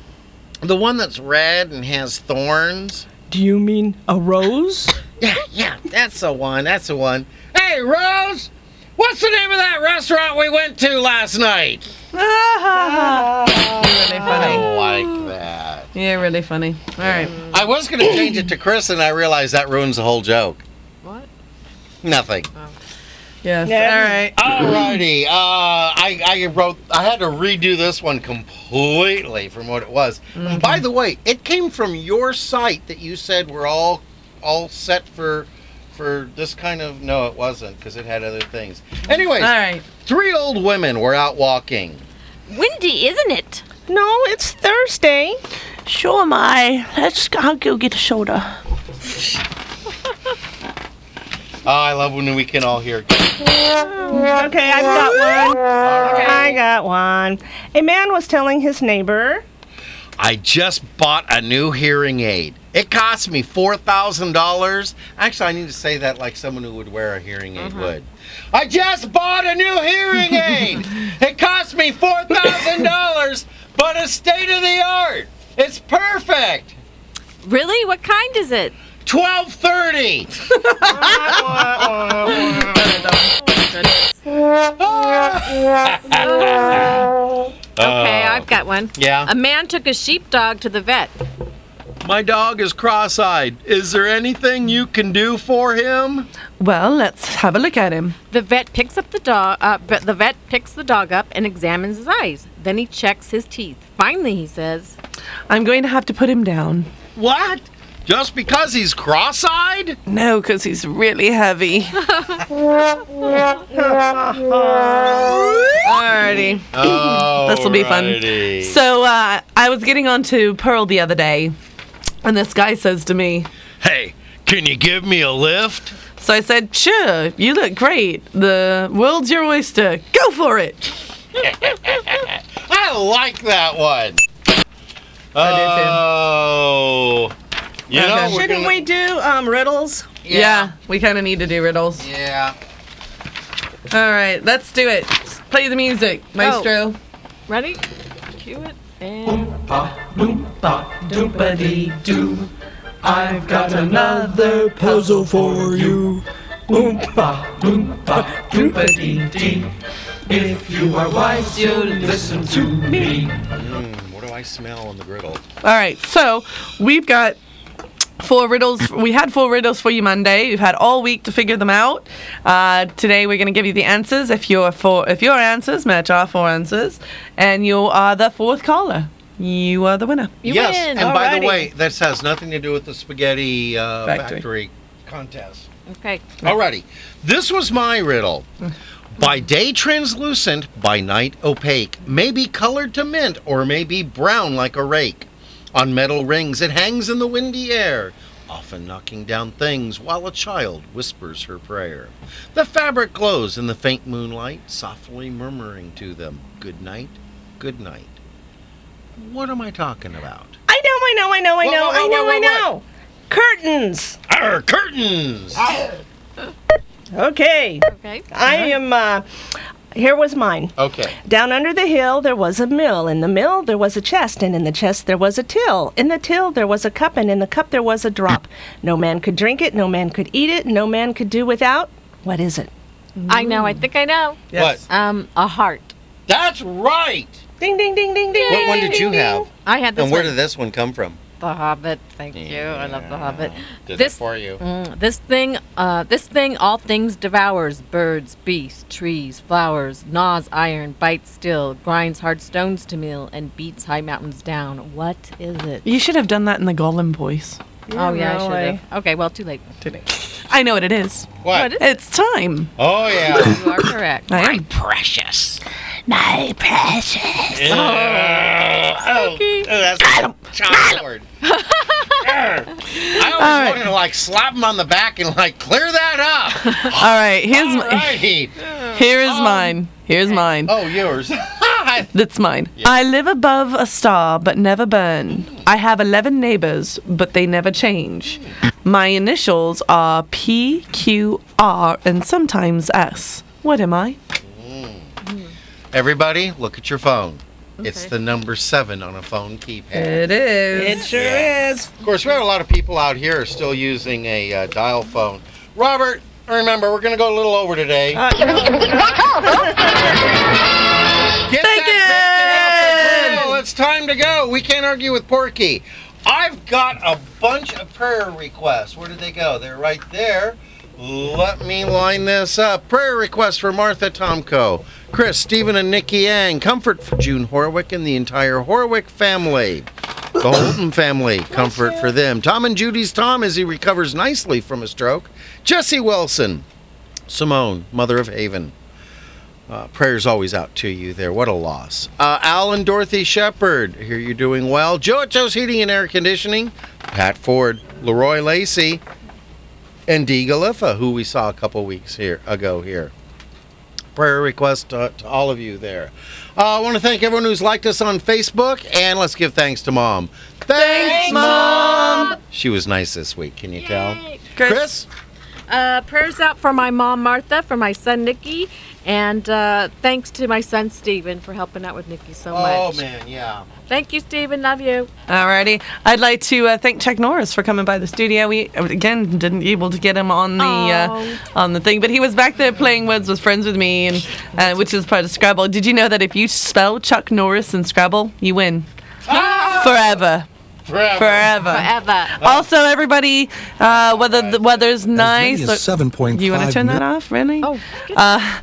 Speaker 4: the one that's red and has thorns.
Speaker 3: Do you mean a rose?
Speaker 4: Yeah, yeah, that's the one. That's the one. Hey, Rose, what's the name of that restaurant we went to last night?
Speaker 1: Really funny.
Speaker 4: I like that.
Speaker 1: Yeah, really funny. All right.
Speaker 4: I was going to change it to Chris, and I realized that ruins the whole joke.
Speaker 2: What?
Speaker 4: Nothing.
Speaker 1: Yes. All right.
Speaker 4: Alrighty, uh, I, I wrote, I had to redo this one completely from what it was.
Speaker 1: Mm-hmm.
Speaker 4: And by the way, it came from your site that you said we're all, all set for, for this kind of. No, it wasn't because it had other things. Anyways,
Speaker 1: All right.
Speaker 4: three old women were out walking.
Speaker 2: Windy, isn't it?
Speaker 3: No, it's Thursday.
Speaker 19: Sure am I. Let's I'll go get a soda.
Speaker 4: Oh, I love when we can all hear.
Speaker 3: Okay, I've got one. I got one. A man was telling his neighbor,
Speaker 4: I just bought a new hearing aid. It cost me four thousand dollars. Actually, I need to say that like someone who would wear a hearing aid would. I just bought a new hearing aid. it cost me four thousand dollars, but it's state of the art. It's perfect.
Speaker 2: Really? What kind is it?
Speaker 4: Twelve thirty. *laughs*
Speaker 2: Okay, I've got one.
Speaker 4: yeah.
Speaker 2: A man took a sheepdog to the vet.
Speaker 4: My dog is cross-eyed. Is there anything you can do for him?
Speaker 1: Well, let's have a look at him.
Speaker 2: The vet picks up the dog. Uh, but the vet picks the dog up and examines his eyes. Then he checks his teeth. Finally, he says,
Speaker 1: I'm going to have to put him down.
Speaker 4: What? Just because he's cross-eyed?
Speaker 1: No, because he's really *laughs* heavy. Alrighty.
Speaker 4: Oh,
Speaker 1: This will be fun. So uh, I was getting on to Pearl the other day, and this guy says to me,
Speaker 4: Hey, can you give me a lift?
Speaker 1: So I said, Sure, you look great. The world's your oyster. Go for it.
Speaker 4: I like that one. Oh, you know,
Speaker 1: Okay.
Speaker 4: we're
Speaker 3: Shouldn't
Speaker 4: gonna-
Speaker 3: we do um, riddles?
Speaker 1: Yeah, we kind of need to do riddles.
Speaker 4: Yeah.
Speaker 1: All right, let's do it. Play the music, maestro.
Speaker 2: "Ready? Cue it." And
Speaker 19: Doopity doo. I've got another puzzle for you. Oompa loompa doopity dee. If you are wise, you'll listen to me.
Speaker 4: Mm, what do I smell on the griddle?
Speaker 1: All right, so we've got four riddles. We had four riddles for you Monday. You've had all week to figure them out. Uh, today we're going to give you the answers. If your four, if your answers match our four answers, and you are the fourth caller, you are the winner.
Speaker 2: you
Speaker 4: yes,
Speaker 2: win.
Speaker 4: and by the way, this has nothing to do with the spaghetti uh,
Speaker 1: Factory.
Speaker 4: factory. contest.
Speaker 2: Okay.
Speaker 4: Alrighty. This was my *laughs* riddle. By day translucent, by night opaque, may be colored to mint or may be brown like a rake. On metal rings it hangs in the windy air, often knocking down things while a child whispers her prayer. The fabric glows in the faint moonlight, softly murmuring to them, Good night, good night. What am I talking about?
Speaker 3: I know, I know, I know, I
Speaker 4: Whoa,
Speaker 3: know,
Speaker 4: whoa,
Speaker 3: I
Speaker 4: whoa,
Speaker 3: know,
Speaker 4: whoa,
Speaker 3: I
Speaker 4: whoa,
Speaker 3: know. Curtains.
Speaker 4: Our curtains!
Speaker 3: Okay.
Speaker 2: Okay.
Speaker 3: I am. Uh, here was mine.
Speaker 4: Okay.
Speaker 3: Down under the hill there was a mill. In the mill there was a chest, and in the chest there was a till. In the till there was a cup, and in the cup there was a drop. No man could drink it, no man could eat it, no man could do without. What is it?
Speaker 2: I know. I think I know.
Speaker 4: Yes.
Speaker 2: Um, a heart.
Speaker 4: That's right.
Speaker 3: Ding ding ding ding ding.
Speaker 4: What one did you have?
Speaker 2: I had this
Speaker 4: And where
Speaker 2: one.
Speaker 4: did this one come from?
Speaker 2: The Hobbit. Thank you. I love The Hobbit.
Speaker 4: Did
Speaker 2: This-
Speaker 4: it for you.
Speaker 2: Mm, this thing, uh, this thing, all things devours: birds, beasts, trees, flowers. Gnaws iron, bites steel, grinds hard stones to meal, and beats high mountains down. What is it?
Speaker 1: You should have done that in the Gollum voice.
Speaker 2: oh yeah, I should have. Okay, well, too late. Too late.
Speaker 1: I know what it is.
Speaker 4: What?
Speaker 2: What is
Speaker 1: it's time. *laughs*
Speaker 4: Oh yeah.
Speaker 2: You are correct.
Speaker 1: I am.
Speaker 4: Precious.
Speaker 1: My precious.
Speaker 4: Oh, oh, that's a
Speaker 1: *laughs*
Speaker 4: child word. I always
Speaker 1: All right.
Speaker 4: wanted to like slap him on the back and like clear that
Speaker 1: *laughs*
Speaker 4: up.
Speaker 1: All right, here's my,
Speaker 4: Alrighty.
Speaker 1: here is mine. Here's mine.
Speaker 4: Oh,
Speaker 1: *laughs*
Speaker 4: yours.
Speaker 1: That's mine. I live above a star but never burn. I have 11 neighbors but they never change. My initials are P, Q, R, and sometimes S. What am I?
Speaker 4: Everybody, look at your phone. It's the number seven on a phone keypad.
Speaker 1: It is. It sure
Speaker 4: is. Of course, we have a lot of people out here are still using a uh, dial phone. Robert, remember, we're going to go a little over today. Get that bacon out the grill. It's time to go. We can't argue with Porky. I've got a bunch of prayer requests. Where did they go? They're right there. Let me line this up. Prayer request for Martha Tomko, Chris, Stephen, and Nikki Yang. Comfort for June Horwick and the entire Horwick family. The Holden family, comfort for them. Tom and Judy's Tom as he recovers nicely from a stroke. Jesse Wilson, Simone, mother of Haven. Uh, prayers always out to you there. What a loss. Uh, Al and Dorothy Shepard, here you're doing well. Joe at Joe's Heating and Air Conditioning. Pat Ford, Leroy Lacey, and Dee Galiffa, who we saw a couple weeks here ago here. Prayer request uh, to all of you there. Uh, I want to thank everyone who's liked us on Facebook, and let's give thanks to Mom. Thanks, Mom. She was nice this week. Can you tell? Chris?
Speaker 2: *laughs* Uh, prayers out for my mom Martha, for my son Nikki, and uh, thanks to my son Steven for helping out with Nikki so
Speaker 4: Oh
Speaker 2: much.
Speaker 4: man, yeah.
Speaker 2: Thank you, Steven. Love you.
Speaker 1: Alrighty, I'd like to uh, thank Chuck Norris for coming by the studio. We uh, again didn't able to get him on the uh, on the thing, but he was back there playing Words with Friends with me, and uh, which is part of Scrabble. Did you know that if you spell Chuck Norris in Scrabble, you win forever.
Speaker 4: Forever.
Speaker 1: Ah! Forever.
Speaker 2: Forever.
Speaker 1: *laughs* Also, everybody, uh, whether the weather's nice,
Speaker 20: as 7.5
Speaker 1: you want to turn that
Speaker 20: mil-
Speaker 1: off, really? Oh. Uh,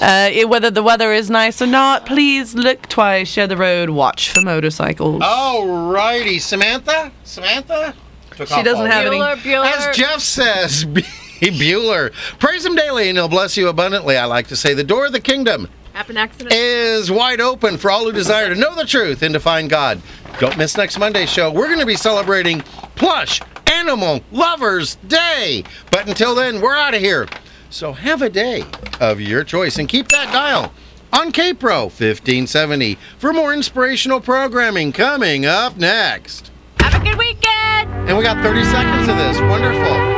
Speaker 1: uh, it- whether the weather is nice or not, please look twice, share the road, watch for motorcycles.
Speaker 4: Alrighty, Samantha. Samantha. Took
Speaker 1: She
Speaker 4: off
Speaker 1: doesn't
Speaker 4: all
Speaker 1: have
Speaker 4: day.
Speaker 1: any- Bueller, Bueller.
Speaker 4: As Jeff says, *laughs* Bueller. Praise him daily, and he'll bless you abundantly. I like to say, the door of the kingdom
Speaker 2: Happen accident.
Speaker 4: is wide open for all who desire to know the truth and to find God. Don't miss next Monday's show. We're going to be celebrating Plush Animal Lovers Day. But until then, we're out of here. So have a day of your choice and keep that dial on KPRO 1570 for more inspirational programming coming up next.
Speaker 2: Have a good weekend.
Speaker 4: And we got 30 seconds of this. Wonderful.